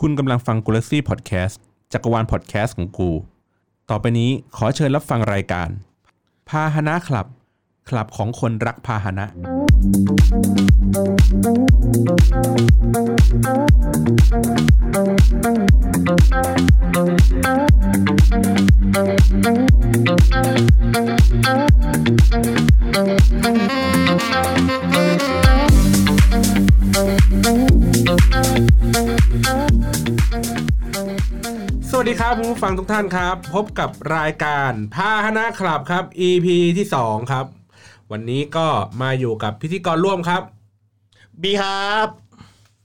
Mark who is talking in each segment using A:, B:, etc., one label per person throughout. A: คุณกำลังฟังกูลักซี่พอดแคสต์จักรวาลพอดแคสต์ของกู ต่อไปนี้ขอเชิญรับฟังรายการ พาหนะคลับ คลับของคนรักพาหนะ สวัสดีครับคุณผู้ฟังทุกท่านครับ พบกับรายการพาหนะคลับครับ EP ที่ 2 ครับ วันนี้ก็มาอยู่กับพิธีกรร่วมครับ
B: บีครับ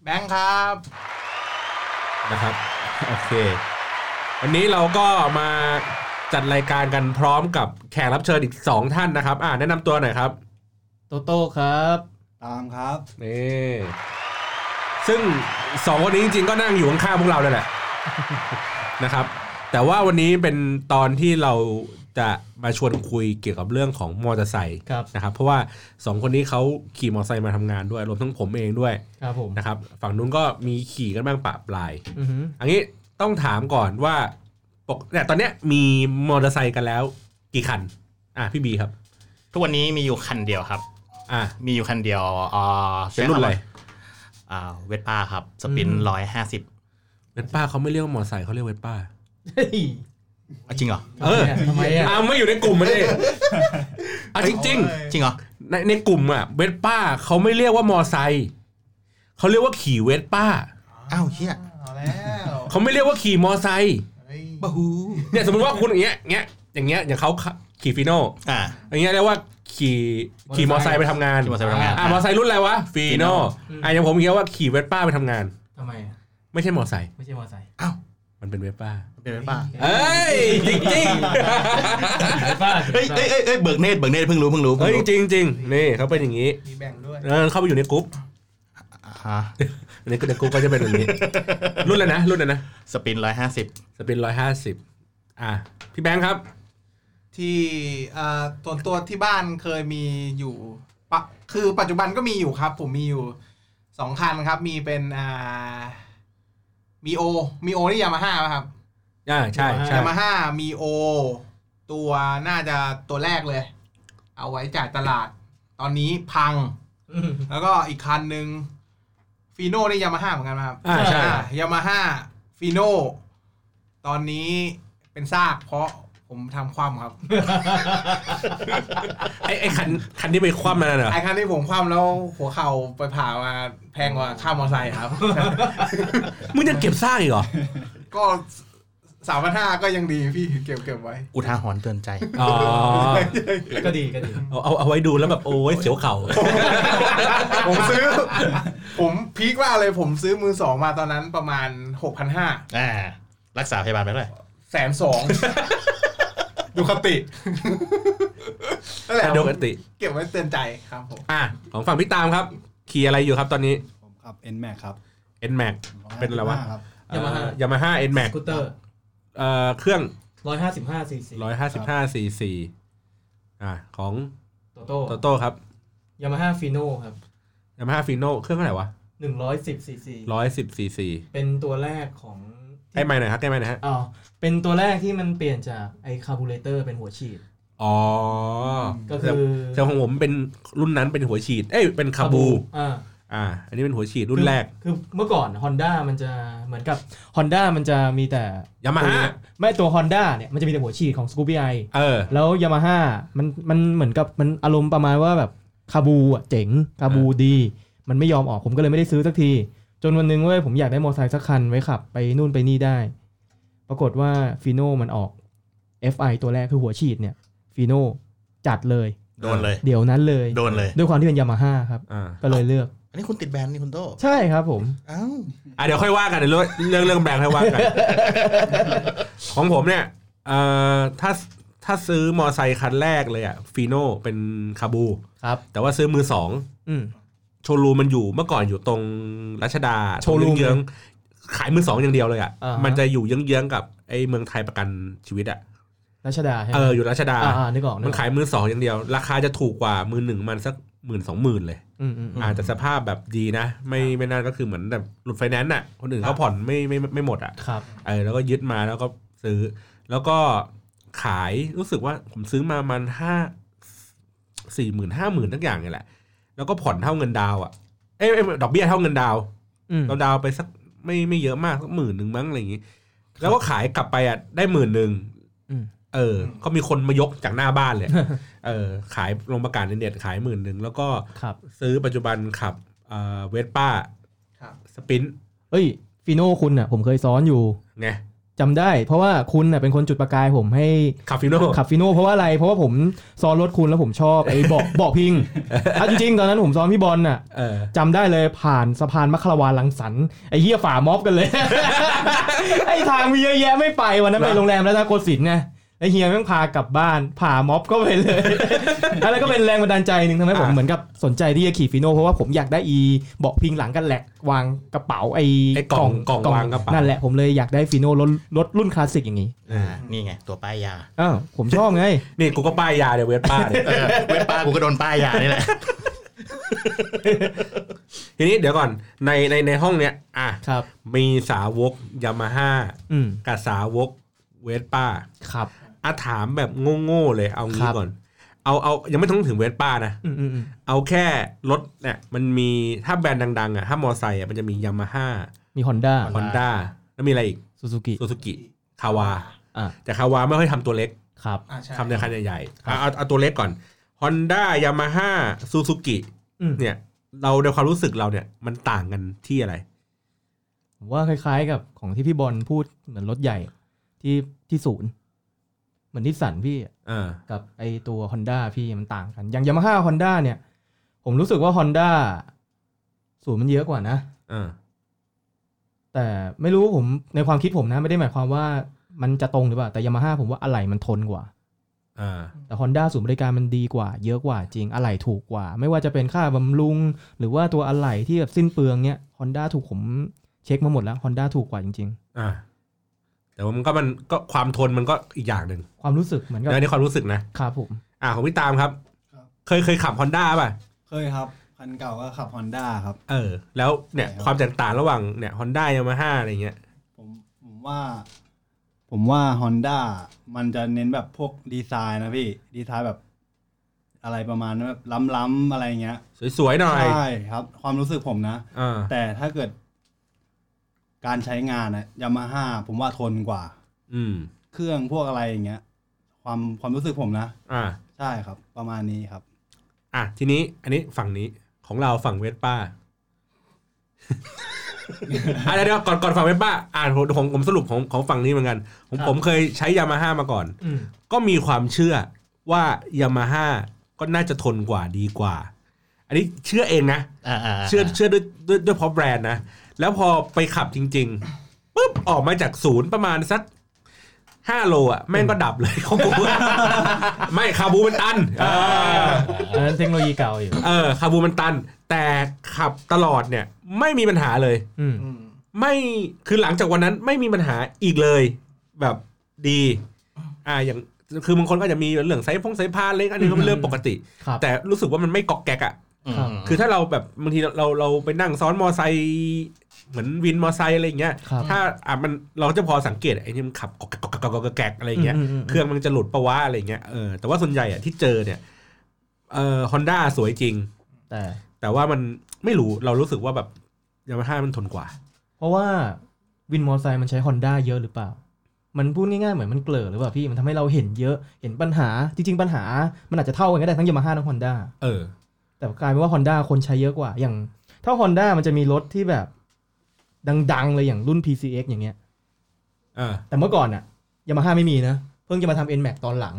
B: แบงค์ครับ
A: นะครับ โอเค วันนี้เราก็มาจัดรายการกันพร้อมกับแขกรับเชิญอีก 2 ท่านนะครับ อ่าแนะนำตัวหน่อยครับ
B: โตโต้ครับ
C: ตามครับ
A: นี่ซึ่งสองคนนี้จริงๆก็นั่งอยู่ข้างๆพวกเราเลยแหละ นะครับ แต่ว่าวันนี้เป็นตอนที่เราจะมาชวนคุยเกี่ยวกับเรื่องของมอเตอร์ไซค์
B: ครับ
A: นะครับ เพราะว่าสองคนนี้เขาขี่มอเตอร์ไซค์มาทำงานด้วยรวมทั้งผมเองด้วย
B: ครับผม
A: นะครับ ฝั่งนู้นก็มีขี่กันบ้างปะปลาย
B: อือหือ
A: อันนี้ต้องถามก่อนว่าปกเนี่ยตอนเนี้ยมีมอเตอร์ไซค์กันแล้ว กี่คัน อ่ะพี่บีครับ
D: ทุกวันนี้มีอยู่คันเดียวครับ
A: อ่ะ
D: มีอยู่คันเดียวอ่า
A: เป็นรุ่นอะไร
D: อ่าเวทป้าครับสปินร้อยห้าสิบ
A: เวสป้าเขาไม่เรียกว่ามอเตอร์ไซค์เขาเรียกเวสป้า
B: เฮ้ย
D: จริงเหรอ
A: เออ
B: ทำไมอ่ะ
A: อ้าวไม่อยู่ในกลุ่มมาดิอ่ะจริง
D: จริงเหรอ
A: ๆ ในในกลุ่มอ่ะเวสป้าเขาไม่เรียกว่ามอไซค์เขาเรียกว่าขี่เวสป้า
D: อ้าวเฮีย
C: เอาแล้ว
A: เขาไม่เรียกว่าขี่มอไซค์
C: เฮ้ย
D: บะฮู
A: เนี่ยสมมติว่าคุณอย่างเงี้ยเงี้ยอย่างเงี้ยอย่างเขาขี่ฟิโน่
D: อ่า
A: อย่างเงี้ยเรียกว่าขี่ขี่มอไซค์ไปทำงาน
D: ขี่มอไซค์ไปทำงาน
A: อ่ะมอไซค์รุ่นอะไรวะฟิโน่
B: อืม
A: อ่ะอย่างผมเงี้ยว่าขี่เวสป้าไปทำงาน
B: ทำไมอ่ะ
A: ไม่ใช่มอไซค์
B: ไม่ใช่มอไซค์
A: มันเป็นเวสป้า
D: เป็นเวทป้า
A: เอ้ยจริงจริง
B: บ้า
D: เฮ้ยเอ้ยเอ้ยเอ้ยเบิกเนตรเบิกเนตรเพิ่งรู้เพิ่งรู้
A: ๆเฮ้ยจริงจริงๆนี่เขาเป็นอย่างนี้
C: มีแบ่งด้วย
A: เออเข้าไปอยู่ในกลุ่ม
D: ฮะ
A: อันนี้ก็เดยวกูก็จะเป็นแบบนี้ รุ่นแล้วนะ รุ่นแล้วนะ
D: สปินร้อยห้าสิบ
A: สปินร้อยห้าสิบอ่ะพี่แบงค์ครับ
C: ที่อ่าส่วนตัวที่บ้านเคยมีอยู่ปะคือปัจจุบันก็มีอยู่ครับ ผมมีอยู่สองคันครับ มีเป็นอ่ามีโอมีโอที่ยามาฮ่าครับ
A: อ่าใช่ใช่
C: ยามาฮ่ามีโอ ตัวน่าจะตัวแรกเลย เอาไว้จ่ายตลาด ตอนนี้พัง แล้วก็อีกคันหนึ่งฟีโน่นี่ยามาฮ่าเหมือนกันไหมครับ
A: อ่าใช่
C: ยามาฮ่าฟีโนตอนนี้เป็นซากเพราะผมทำความครับ
A: ไอไอคันคันที่ไปคว่ำนั่นน่ะเหรอ
C: ไอ้คันที่ผมความแล้วหัวเข่าไปผ่ามาแพงกว่าค่ามอไซค์ครับ
A: มึงยังเก็บซากอีกเหรอ
C: ก็สามพันห้าก็ยังดีพี่เก็บเก็บไว้
D: อุทาหรณ์เตือนใจ
A: อ๋อ
B: ก็ดีก็ดี
A: เอาเอาเอาไว้ดูแล้วแบบ โอ้ยเสียวเข่า
C: ผมซื้อ ผมพีคว่าเลยผมซื้อมือสองมาตอนนั้นประมาณหกพันห้า
D: อ่า รักษาพยาบาลไปเท่าไหร่
C: แสนสอง ดูคตินั่นแหละ
A: ดูกติ
C: เก็บไว้เตือนใจครับผม
A: อ่ะของฝั่งพี่ตามครับ ขี่อะไรอยู่ครับตอนนี้
E: ผมขับ N Max ครับ
A: N Mac เป็นอะไรวะ
E: 155ครับ
A: ยามาฮ่า N
B: ส
A: Mac
B: กูตเตอร์
A: เอ่อเครื่อง
B: ร้อยห้าสิบห้าซีซี
A: ร้อยห้าสิบห้าซีซีอ่ะของ
B: โตโต้
A: โตโต้ครับ
B: ยามาฮ่าฟีโน่ครับ
A: ยามาฮ่าฟีโน่เครื่องเท่าไหร่วะ
B: หนึ่งร้อยสิบซีซี
A: ร้อยสิบซีซี
B: เป็นตัวแรกของ
A: ใกล้ไมค์หน่อยครับใกล้ไมค์หน่อยฮะ
B: อ๋อเป็นตัวแรกที่มันเปลี่ยนจากไอคาร์บูเรเตอร์เป็นหัวฉีด
A: อ๋อ
B: ก็คือ
A: แต่ของผมเป็นรุ่นนั้นเป็นหัวฉีด เอ้ย เป็นคาบู
B: อ่า
A: อ่า อันนี้เป็นหัวฉีดรุ่นแรก
B: คือเมื่อก่อน Honda มันจะเหมือนกับ Honda มันจะมีแต่
A: Yamaha
B: ตัวไม่ตัว Honda เนี่ยมันจะมีแต่หัวฉีดของ s c o o p y i
A: เออ
B: แล้ว Yamaha มันมันเหมือนกับมันอารมณ์ประมาณว่าแบบคาบูอ่ะเจ๋งคาบูดี มันไม่ยอมออกผมก็เลยไม่ได้ซื้อสักที จนวันหนึงเว้ยผมอยากได้มอเตอร์ไซค์สักคันไว้ขับ ไปนู่นไปนี่ได้ ปรากฏว่าฟีโน่มันออก FI ตัวแรกคือหัวฉีดเนี่ยฟีโน่จัดเลย
D: โดนเลย
B: เดี๋ยวนั้นเลย
D: โดนเลย
B: ด้วยความที่เป็น Yamaha ครับ
A: อ่า
B: ก็เลยเลือก
D: อันนี้คุณติดแบรนด์นี่คุณโต
B: ใช่ครับผม
D: อ้าว
A: อ่ะเดี๋ยวค่อยว่ากันเดี๋ยวเรื่องเรื่องแบรนด์ค่อยว่ากัน ของผมเนี่ย เอ่อ ถ้า ถ้าซื้อมอไซค์คันแรกเลยอ่ะ ฟีโน่เป็นคาบู
B: ครับ
A: แต่ว่าซื้อมือสอง
B: อืม
A: โชว์รูมมันอยู่เมื่อก่อนอยู่ตรงรัชดา
B: โชว์รูม
A: เยื้องๆขายมือสองอย่างเดียวเลยอ่ะ
B: อ่าฮะ
A: มันจะอยู่เยื้องๆกับไอ้เมืองไทยประกันชีวิตอ่ะ
B: รัชดาใช่ไหม
A: เออ อยู่รัชดา
B: อ่าๆนึกออกนึ
A: มัน
B: กออก
A: ขายมือสองอย่างเดียว ราคาจะถูกกว่ามือหนึ่งมันสัก หมื่นสองหมื่นเลย
B: อืมอืมอืม
A: อาจจะสภาพแบบดีนะ ไม่ไม่น่าก็คือเหมือนแบบหลุดไฟแนนซ์อ่ะ คนอื่นเขาผ่อนไม่ไม่ไม่ไม่หมดอ่ะ
B: ครับ
A: เออแล้วก็ยึดมาแล้วก็ซื้อ แล้วก็ขายรู้สึกว่าผมซื้อมามันห้าสี่หมื่นห้าหมื่นทั้งอย่างเนี่ยแหละ แล้วก็ผ่อนเท่าเงินดาวน์อ่ะเอ้ยเอ้ยดอกเบี้ยเท่าเงินดาวน์
B: อืม
A: เราดาวไปสักไม่ไม่เยอะมากสักหมื่นหนึ่งมั้งอะไรอย่างงี้ แล้วก็ขายกลับไปอ่ะได้หมื่นหนึ่ง
B: อืม
A: เออ ก็มีคนมายกจากหน้าบ้านเลย เออ ขายลงประกาศในเน็ตขายหมื่นหนึ่งแล้วก็
B: ครับ
A: ซื้อปัจจุบันขับเวสป้า
C: ครับ
A: สปิน
B: เอ้ยฟีโน่คุณอ่ะผมเคยซ้อนอยู่
A: ไง
B: จำได้ เพราะว่าคุณอ่ะเป็นคนจุดประกายผมให้
A: ขับฟิโน่
B: ขับฟีโน่เพราะว่าอะไร เพราะว่าผมซ้อนรถคุณแล้วผมชอบไอ้เบาะ เบาะพิงเอาจริงๆตอนนั้นผมซ้อนพี่บอลน่ะ
A: เออ
B: จำได้เลยผ่านสะพานมัคคารวานลังสรรค์ไอ้เหี้ยฝ่าม็อบกันเลย ไอ้ทางมีเยอะแยะไม่ไปวันนั้นไปโรงแรมแล้วนะโกสินทร์ไงไอ้เฮียแม่งพากลับบ้านผ่าม็อบก็ไปเลย อะไรก็เป็นแรงบันดาลใจหนึ่งทำให้ผมเหมือนกับสนใจที่จะขี่ฟีโน่เพราะว่าผมอยากได้อีเบาะพิงหลังกันแหลกวางกระเป๋าไอ้
A: ไอ้กล่องกล่องวางกระเป๋า
B: นั่นแหละผมเลยอยากได้ฟีโน่รถรถรุ่นคลาสสิกอย่างนี้
A: เออ
D: นี่ไง ตัวป้ายยา
B: อ้าวผมชอบไง
A: นี่กูก็ป้ายยาเดี๋ยวเวสป้า เนี่ย
D: เออเว็บป้ากูก็โดนป้ายยานี่แหละ
A: ทีนี้เดี๋ยวก่อนในในในห้องเนี้ยอ่ะ
B: ครับ
A: มีสาวกยามาฮ่า
B: อืม
A: กับสาวกเวสป้า
B: ครับ
A: อาถามแบบโง่ๆเลยเอา
B: ครั
A: งี้
B: บ
A: ก่อน เอาเอายังไม่ต้องถึงเวสป้านะ
B: อืมอืมอืม
A: เอาแค่รถเนี่ยมันมีถ้าแบรนด์ดังๆอ่ะถ้ามอไซค์อ่ะมันจะมียามาฮ่า
B: มีฮอนด้า
A: ฮอนด้าแล้วมีอะไรอีก
B: ซูซูกิ
A: ซูซูกิคาวา
B: อ่า
A: แต่คาวาไม่ค่อยทำตัวเล็ก
B: ครับ
C: อ่าใช่
A: ทำในคันใหญ่ๆเอาเอาเอาตัวเล็กก่อนฮอนด้ายามาฮ่าซูซูกิ
B: อืม
A: เนี่ยเราในความรู้สึกเราเนี่ยมันต่างกันที่อะไร
B: ผมว่าคล้ายๆกับของที่พี่บอลพูดเหมือนรถใหญ่ที่ที่ศูนย์ เหมือนนิสสันพี่อะ
A: อ่า
B: กับไอตัว Honda พี่มันต่างกัน อย่าง Yamaha Honda เนี่ย ผมรู้สึกว่า Honda ศูนย์มันเยอะกว่านะ
A: อ่า
B: แต่ไม่รู้ผมในความคิดผมนะ ไม่ได้หมายความว่ามันจะตรงหรือเปล่า แต่ Yamaha ผมว่าอะไหล่มันทนกว่า
A: อ่า
B: แต่ Honda ศูนย์บริการมันดีกว่า เยอะกว่าจริงอะไหล่ถูกกว่า ไม่ว่าจะเป็นค่าบำรุง หรือว่าตัวอะไหล่ที่แบบสิ้นเปลืองเนี่ย Honda ถูกผมเช็คมาหมดแล้ว Honda ถูกกว่าจริง
A: อ่า แต่ว่ามันก็มันก็ความทนมันก็อีกอย่างหนึ่ง
B: ๆ ความรู้สึกเหมือนกับ
A: แล้วในความรู้สึกนะ
B: ครับผม
A: อ่าของพี่ตามครับ
E: ครับ
A: เคยเคยขับฮอนด้าป่ะ
E: เคยครับ คันเก่าก็ขับฮอนด้าครับ
A: เออ แล้วเนี่ย
E: ใช่ครับ
A: ความแตกต่างระหว่างเนี่ยฮอนด้ายามาฮ่าอะไรเงี้ย
E: ผมผมว่า ผมว่าฮอนด้ามันจะเน้นแบบพวกดีไซน์นะพี่ ดีไซน์แบบ อะไรประมาณนั้นแบบล้ำๆอะไรเงี้ย
A: สวยๆหน่อย
E: ใช่ครับ ความรู้สึกผมนะ
A: อ่า
E: แต่ถ้าเกิด การใช้งานนะยามาฮ่าผมว่าทนกว่า
A: อืม
E: เครื่องพวกอะไรอย่างเงี้ย ความความรู้สึกผมนะ
A: อ่า
E: ใช่ครับ ประมาณนี้ครับ
A: อ่ะ ทีนี้ อันนี้ฝั่งนี้ของเราฝั่งเวส ป้า อ่ะเดี๋ยวเดี๋ยวก่อนก่อนฝั่งเวสป้า อ่าผมผมผมสรุปของของฝั่งนี้เหมือนกัน ผม
B: ครับ
A: ผมเคยใช้ยามาฮ่ามาก่อน
B: อืม
A: ก็มีความเชื่อว่ายามาฮ่าก็น่าจะทนกว่าดีกว่า อันนี้เชื่อเองนะ
D: อ่าาา
A: เชื่อเชื่อด้วยด้วยด้วยเพราะแบรนด์นะ แล้วพอไปขับจริงๆปุ๊บออกมาจากศูนย์ประมาณสักห้าโลอ่ะ แม่งก็ดับเลย ของกูอะไม่คาบูมันตัน เออ
B: อันนั้นเทคโนโลยีเก่าอยู่
A: เออคาบูมันตัน แต่ขับตลอดเนี่ย ไม่มีปัญหาเลย
B: อืม
C: อืม
A: ไม่คือหลังจากวันนั้นไม่มีปัญหาอีกเลย แบบดี อ่าอย่างคือบางคนก็จะมีเรื่องไซพงไซพานเล็กอันนี้ก็เป็นเรื่องปกติ
B: ครับ
A: แต่รู้สึกว่ามันไม่กอกแกกอ่ะ
D: มม
A: คือถ้าเราแบบบางทีเราเราเราไปนั่งซ้อนมอไซค์เหมือนวินมอไซค์อะไรอย่างเงี้ย
B: ครับ
A: ถ้าอ่ะมันเราจะพอสังเกตไอ้นี่มันขับกอกแกกกอกแกกกอกแกกกอกแกกอะไรอย่างเงี้ย
B: อืมอืมอืม
A: เครื่องมันจะหลุดปะวะอะไรอย่างเงี้ยเออแต่ว่าส่วนใหญ่อ่ะที่เจอเนี่ยเอ่อฮอนด้าสวยจริง
B: แต่
A: แต่ว่ามันไม่รู้เรารู้สึกว่าแบบยามาฮ่ามันทนกว่า
B: เพราะว่าวินมอเตอร์ไซค์มันใช้ฮอนด้าเยอะหรือเปล่า มันพูดง่ายๆเหมือนมันเกลอหรือเปล่าพี่ มันทำให้เราเห็นเยอะ เห็นปัญหา จริงๆ ปัญหา มันอาจจะเท่ากันก็ได้ทั้งยามาฮ่าทั้งฮอนด้า
A: เออ
B: แต่กลายเป็นว่าฮอนด้าคนใช้เยอะกว่า อย่างถ้าฮอนด้ามันจะมีรถที่แบบ ดังๆ เลยอย่างรุ่น PCX อย่างเงี้ย
A: เออ
B: แต่เมื่อก่อนอะยามาฮ่าไม่มีนะ เพิ่งจะมาทำ NMAX ตอนหลัง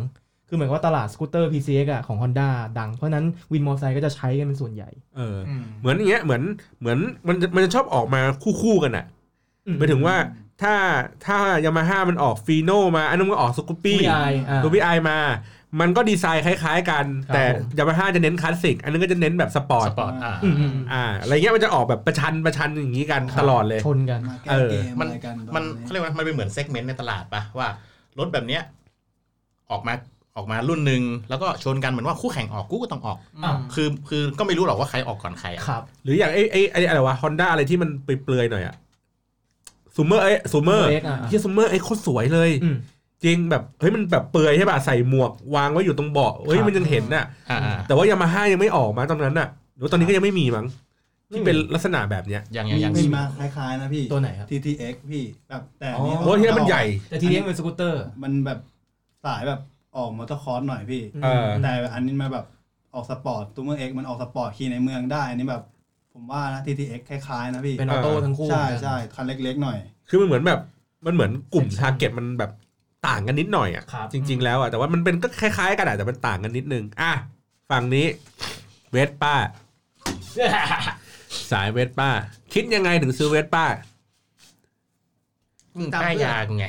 B: คือเหมือนว่าตลาดสกูตเตอร์ PCX อะของ Honda ดัง เพราะฉะนั้นวินมอเตอร์ไซค์ก็จะใช้กันเป็นส่วนใหญ่
A: เออ
C: อืม
A: เหมือนอย่างเงี้ยเหมือนเหมือนมันจะมันจะชอบออกมาคู่ๆกันอ่ะ
B: อืม
A: หมายถึงว่าถ้าถ้ายามาฮ่ามันออกฟีโนมาอันนั้นมันก็ออกสกูปปี้
B: VI อ่า
A: ตัว VI มา มันก็ดีไซน์คล้ายๆกัน
B: ครับ
A: แต่
B: ผม
A: ยามาฮ่าจะเน้นคลาสสิก อันนั้นก็จะเน้นแบบสปอร์ต
D: สปอร์ตอ่า
B: อืมอืมอืม
A: อ่า อะไรเงี้ยมันจะออกแบบประชันประชันอย่างนี้กันตลอดเลย
B: ชนกัน
E: มาแก้
A: เออ
E: เกม
D: มั
E: อะ
D: น
E: ไรกันประาณ
D: มันเขาเรียกว่ามันเป็นเหมือนเซกเมนต์ในตลาดปะว่า รถแบบเนี้ย ออกมา ออกมารุ่นหนึ่งแล้วก็ชนกันเหมือนว่าคู่แข่งออกกูก็ต้องออก
C: อืม
D: คือคือก็ไม่รู้หรอกว่าใครออกก่อนใครอะ
B: ครับ
A: หรืออย่างไอ้ไอ้ไอ้อะไรวะฮอนด้าอะไรที่มันเปลือยๆหน่อยอะซูเมอร์ไอ้ซูเมอร์
B: เล็กอ่ะ
A: ที่ซูเมอร์ไอ้โคตรสวยเลย
B: อืม
A: จริงแบบเฮ้ยมันแบบเปลือยใช่ป่ะใส่หมวกวางไว้อยู่ตรงเบาะเฮ้ย
B: ครับ
A: มันยังเห็นน่ะ
D: อ่าอ่า
A: แต่ว่ายามาฮ่ายังไม่ออกมาตอนนั้นน่ะหรือตอนนี้ก็ยังไม่มีมั้งที่เป็นลักษณะแบบเนี้ย
D: อย่างอย่าง
E: มี
D: อย่าง
E: มีมาคล้ายๆนะพี่
B: ตัวไหนครับ
E: TTX พี่แบบแต่อันนี้
B: อ๋อ
A: โอ้ที่นั้นมันใหญ่
B: แต่ทีนี้เป็นสกูตเตอร์
E: มันแบบสายแบบออกมอเตอร์คอร์สหน่อยพี่
A: เออ
E: แต่อันนี้มาแบบออกสปอร์ตตัวเมืองเอกมันออกสปอร์ตขี่ในเมืองได้ อันนี้แบบผมว่านะ TTX คล้ายๆนะพี่
B: เป็นออโต้ทั้งคู่
E: ใช่ใช่คันเล็กๆหน่อย
A: คือมันเหมือนแบบมันเหมือนกลุ่มทาร์เก็ตมันแบบต่างกันนิดหน่อยอ่ะ
B: ครับ
A: จริง ๆ แล้วอ่ะแต่ว่ามันเป็นก็คล้ายๆกันอะแต่มันต่างกันนิดนึงอ่ะฝั่งนี้เวสป้า สายเวสป้า คิดยังไงถึงซื้อเวสป้า
D: ใกล้ยางไง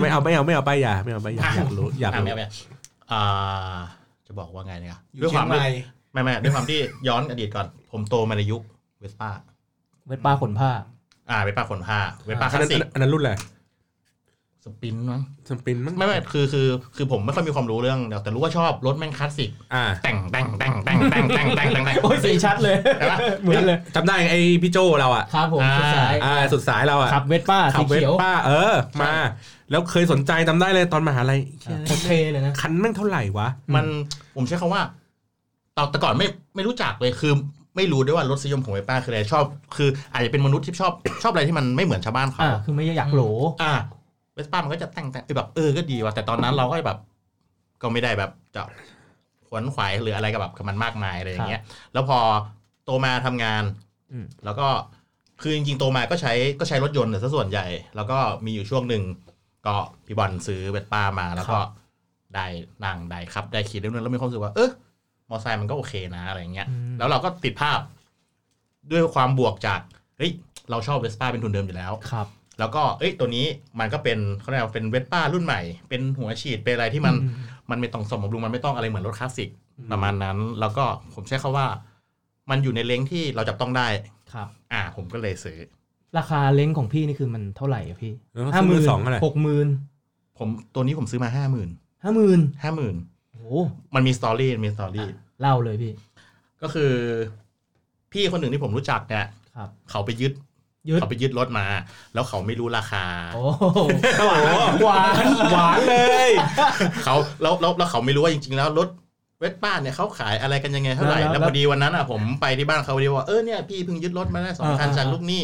A: ไม่เอาไม่เอาไม่เอาป้ายยาไม่เอาป้ายยาอยากรู้อยาก
D: อ่ะ
A: รู้
D: ไม่เอาไม่เอาอ่าจะบอกว่าไงเนี่ย
C: อยู่
D: ด้วยค
C: เชี
D: วาย ม
C: งใหม่
D: ไม่ไม่ด้วยความที่ย้อนอดีตก่อน ผมโตมาในยุคเวสป้า
B: เวทป้าขนผ้า
D: อ่าเวสป้าขนผ้าเวสป้าค
A: อัน
D: ลาส
A: นั้น
D: สิก
A: อันนั้นรุ่นอะไร
D: สปินมั้ง
A: สปินมั้ง
D: ไม่ไม่คือคือคือผมไม่ค่อยมีความรู้เรื่องแต่รู้ว่าชอบรถแม่งคลาสสิก
A: อ่า
D: แต่งแต่งแต่งแต่งแต่งแต่งแต่งแต่งแต่ง
B: โอ้ยสีชัดเลย
D: ใช่ปะ
B: เหมือนเลย
A: จำได้ไอ้พี่โจเราอ่ะ
B: ครับผม
D: อ่า
B: สุดสาย
A: อ่าสุดสายเราอ่ะ
B: ขับเวทป้าสี
A: เวส
B: เขียว
A: ป้าเออมา แล้วเคยสนใจจำได้เลยตอนมหาลัยเชี่ย
B: โอเคเลยนะ
A: คันแม่งเท่าไหร่วะ
D: มันผมใช้คำว่าตอนแต่ก่อนไม่ไม่รู้จักเลยคือ ไม่รู้ด้วยว่ารสนิยมของเวสป้าคืออะไรชอบ คือ อาจจะเป็นมนุษย์ที่ชอบชอบอะไรที่มันไม่เหมือนชาวบ้านเขา
B: อ่า คือไม่อยากโหล
D: อ่าเวสป้ามันก็จะแต่งแต่งแบบเออก็ดีว่ะแต่ตอนนั้นเราก็แบบ ก็ไม่ได้แบบจะขวนขวายหรืออะไรกับแบบกับมันมากมายอะไรอย่างเงี้ย แล้วพอโตมาทำงาน
A: อืม
D: แล้วก็คือจริงๆโตมาก็ใช้ก็ใช้รถยนต์ซะส่วนใหญ่ แล้วก็มีอยู่ช่วงหนึ่งก็พี่บอลซื้อเวสป้ามาแล้วก็ได้นั่งได้ครับได้ขี่ได้นู่นแล้วมีความรู้สึกว่าเออมอไซค์มันก็โอเคนะอะไรอย่างเงี้ย
B: อืม
D: แล้วเราก็ติดภาพ ด้วยความบวกจากเฮ้ยเราชอบเวสป้าเป็นทุนเดิมอยู่แล้ว
B: ครับ
D: แล้วก็ เอ้ย ตัวนี้มันก็เป็นเขาเรียกว่าเป็นเวสป้ารุ่นใหม่ เป็นหัวฉีด เป็นอะไรที่มัน
B: อืม
D: มันไม่ต้องสมบำรุง มันไม่ต้องอะไรเหมือนรถคลาสสิกประมาณนั้น แล้วก็ผมใช้คาว่า มันอยู่ในเลงที่เราจับต้องได้
B: ครับ
D: อ่า ผมก็เลยซื้อ
B: ราคาเล้งของพี่นี่คือมันเท่าไหร่อะพี่
A: เออ
B: ห้าหมื่น
A: ซื้อมือสองอะไร
B: หกหมื่น
D: ผมตัวนี้ผมซื้อมาห้าหมื่น
B: ห้าหมื่น
D: ห้าหมื่น
B: โอ้โห
D: มันมีสตอรี่ มีสตอรี่
B: เล่าเลยพี่
D: ก็คือ พี่คนหนึ่งที่ผมรู้จักเนี่ย
B: ครับ
D: เขาไปยึด
B: ยึด
D: เขาไปยึดรถมา แล้วเขาไม่รู้ราคา
B: โอ้โหหวานหวานหวานเลย
A: เลย
D: เขาแล้วแล้วแล้วเขาไม่รู้ว่าจริงๆ แล้วรถเวสป้าเนี่ยเขาขายอะไรกันยังไงเท่าไหร่
B: แล้
D: แล้วว
B: แล้ว
D: พอดีวันนั้นอ่ะผมไปที่บ้านเขาพอดีว่าเออเนี่ยพี่เพิ่งยึดรถมาได้สองคัน
B: อ่า
D: ฉันลูกหนี้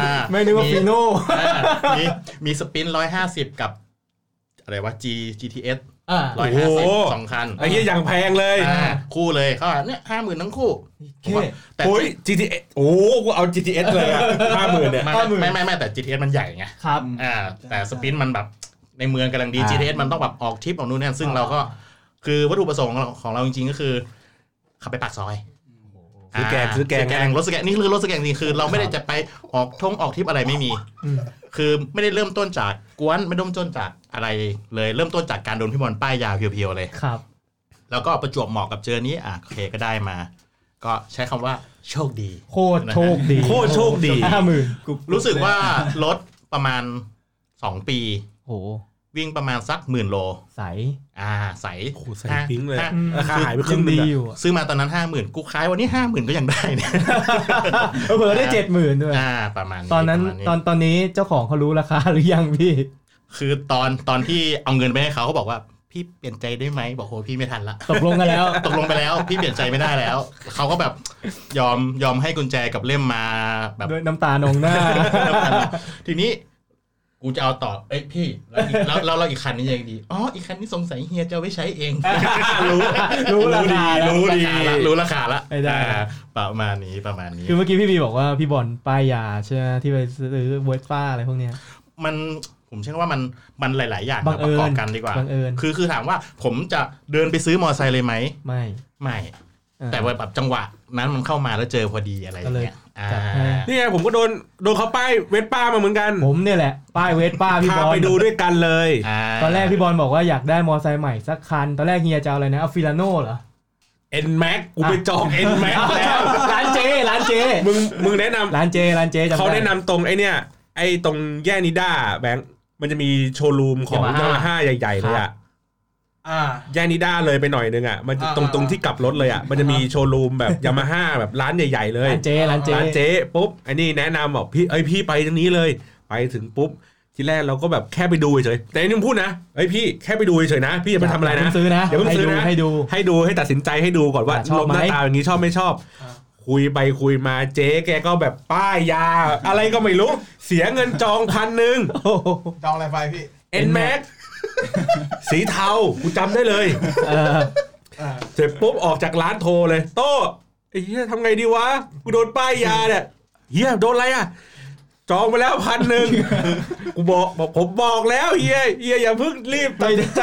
D: อ่า
B: ไม่นึกว่าฟิโน่
D: อ่ามีมีสปินร้อยห้าสิบกับ อะไรวะ G GTS
B: อ่า
D: ร้อยห้าสิบสองคัน
A: ไอ้เหี้ยอย่างแพงเลย
D: อ่าคู่เลยเขาอ่ะเนี่ยห้าหมื่นทั้งคู่ผมว่าแต่
A: โอ้ย GTS โอ้กูเอา GTS เลยอะห้าหมื่นเนี่ย
D: ไม่
B: 50,000
D: ไม่ไม่ไม่แต่ GTS มันใหญ่ไง
B: ครับ
D: อ่า แต่สปินมันแบบในเมืองกำลังดี
B: อ่า
D: GTS มันต้องแบบออกทริปออกนู่นนี่นั่นซึ่งเราก็ คือวัตถุประสงค์ของเราของเราจริงๆก็คือ ขับไปปากซอย
A: ซื้อแกง
D: า
A: ซื้อแกง
D: รถสแกงนี่คือรถสแกงจริงคือเราไม่ได้จะไปออกท่องออกทริปอะไรไม่มี
B: อืม
D: คือไม่ได้เริ่มต้นจากกวนไม่ได้เริ่มต้นจากอะไรเลย เริ่มต้นจากการโดนพี่บอลป้ายยาเพียวๆเลย
B: ครับ
D: แล้วก็ประจวบเหมาะกับเจอนี้อ่ะโอเคก็ได้มา ก็ใช้คำว่าโชคดี
B: โคตรโชคดี
A: โคตรโชคดี
B: ห้าหมื่น
D: รู้สึกว่าร ถประมาณสองปี
B: โห
D: วิ่งประมาณสักหมื่นโล
B: ใส
D: อ่าใส
A: โอ้โหใส่ปิ๊งเลย
D: ห้า
A: ราคาหายไปค
B: ยั
A: รึ่
B: ง
A: งหนึ
B: ดี
A: ง
B: อ
A: อะ
B: ยู่ อะ
D: ซื้อมาตอนนั้นห้าหมื่นกูขายวันนี้ห้าหมื่นก็ยังได้เนย
B: เผลอๆได้เจ็ดหมื่นด้วย
D: อ่าประมาณ
B: ตอนนั้น
D: ประมาณ
B: ตอนตอนนี้เจ้าของเขารู้ราคา หรือยังพี่
D: คือตอนตอนที่เอาเงินไปให้เขาเขาบอกว่าพี่เปลี่ยนใจได้ไหมบอกโหพี่ไม่ทันละ
B: ตกลงกันแล้ว
D: ตกลงไปแล้ว พี่เปลี่ยนใจไม่ได้แล้วเขาก็แบบยอมยอมให้กุญแจกับเล่มมาแบบ
B: ด้วยน้ำตานองหน้า
D: ทีนี้กูจะเอาต่อเอ้ยพี่แล้วอีกแล้วแล้วเราอีกคันนี้ยังไงดีอ๋ออีกคันนี้สงสัยเฮียจะเอาไว้ใช้เอง รู้
B: รู้ราคาแล้ว
D: รู้ดีรู้ราคาละ
B: ไม่ได้
D: อ่าประมาณนี้ประมาณนี้
B: คือเมื่อกี้พี่บีบอกว่าพี่บอลป้ายยาใช่ไหมที่ไปซื้อเวสป้าอะไรพวกเนี้ย
D: มันผมเชื่อว่ามันมันหลาย ๆ อย่าง
B: บัง
D: มา
B: เอิญ
D: ประกอบกันดีกว่า
B: บังเอิญ
D: คือคือถามว่าผมจะเดินไปซื้อมอไซค์เลยไหม
B: ไม่
D: ไม่ แต่ว่าแบบจังหวะนั้นมันเข้ามาแล้วเจอพอดีอะไรอย่างเงี้ยอ่า
B: จัดให้
A: นี่ไงผมก็โดนโดนเขาป้ายเวสป้ามาเหมือนกัน
B: ผมเนี่ยแหละ ป้ายเวสป้าพี่
A: พา
B: บอล
A: ไปดูด้วยกันเลย
D: า
B: ตอนแรกพี่บอลบอกว่าอยากได้มอไซค์ใหม่สักคัน ตอนแรกเฮียจะเอาอะไรนะเอาฟิลาโน่เหรอ
A: N Max กูไปจอง N Max แล้ว
B: ร้านเจร้านเจ
A: มึงมึงแนะนำ
B: ร้านเจร้านเจจำได้
A: เขาแนะนำตรงไอ้เนี่ย ไอ้ตรงแย่นิด้าแบงค์มันจะมีโชว์รูมของ
B: Yamaha
A: ยามาฮ่าใหญ่ ๆ เลยอะ
C: อ่า
A: ย่านนิด้าเลยไปหน่อยนึงอ่ะมันจะ
C: อ่า
A: ตรงตรง
C: อ่า
A: ที่กลับรถเลยอ่ะมันจะมีโชว์รูม แบบยามาฮ่าแบบร้านใหญ่ ๆ เลย
B: ร้านเจ๊ร้านเจ๊
A: ร้านเจ๊ปุ๊บไอ้นี่แนะนำบอกพี่เอ้ยพี่ไปตรงนี้เลย ไปถึงปุ๊บทีแรกเราก็แบบแค่ไปดูเฉยแต่อันนี่มึงพูดนะเอ้ยพี่แค่ไปดูเฉยนะ พี่อย่าไปทำอะไร
B: ย่า
A: นะ
B: เพิ่งซื้อนะ
A: อย่าเพิ่ง
B: ให้
A: ซื้อ
B: ดู
A: นะ
B: ให้ดู
A: ให้ดูให้ตัดสินใจให้ดูก่อนว่า
B: อ่ะชอ
A: ล
B: บ
A: มหน้า
B: ไหม
A: ตาอย่างนี้ชอบไม่ชอบ
C: อ่า
A: คุยไปคุยมาเจ๊แกก็แบบป้ายยา อะไรก็ไม่รู้ เสียเงินจองพันหนึ่ง
B: โอ้โห
C: จองอะไรไปพี่
A: เอ็นแม็กสีเทากูจำได้เลย
B: เออ
C: อ่า
A: เสร็จปุ๊บออกจากร้านโทรเลย โต้ไอ้เหี้ยทำไงดีวะกูโดนป้ายยาเนี่ยเหี้ยโดนอะไรอ่ะ จองไปแล้วพันหนึ่ง กูบอกบอกผมบอกแล้วเฮียเฮียอย่าเพึ่งรีบตัดสิ นใจ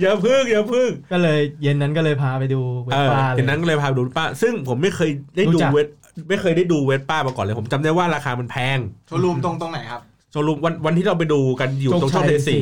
A: อย่าเพึ่งอย่าเพึ่ง
B: ก็เลยเย็นนั้นก็เลยพาไปดูเว
A: เอ
B: ฟ
A: อ
B: ฟ้าเล
A: ที
B: ย
A: นั้นก็เลยพาไปดูป้า ซึ่งผมไม่เคยได้
B: รู้
A: ดู
B: จัก
A: เวทไม่เคยได้ดูเวทป้ามาก่อนเลย ผมจำได้ว่าราคามันแพง
C: โชว์รูมตรงตรงไหนครับ
A: โชว์รูมวันวันที่เราไปดูกันอยู่ตรงช่องเทสี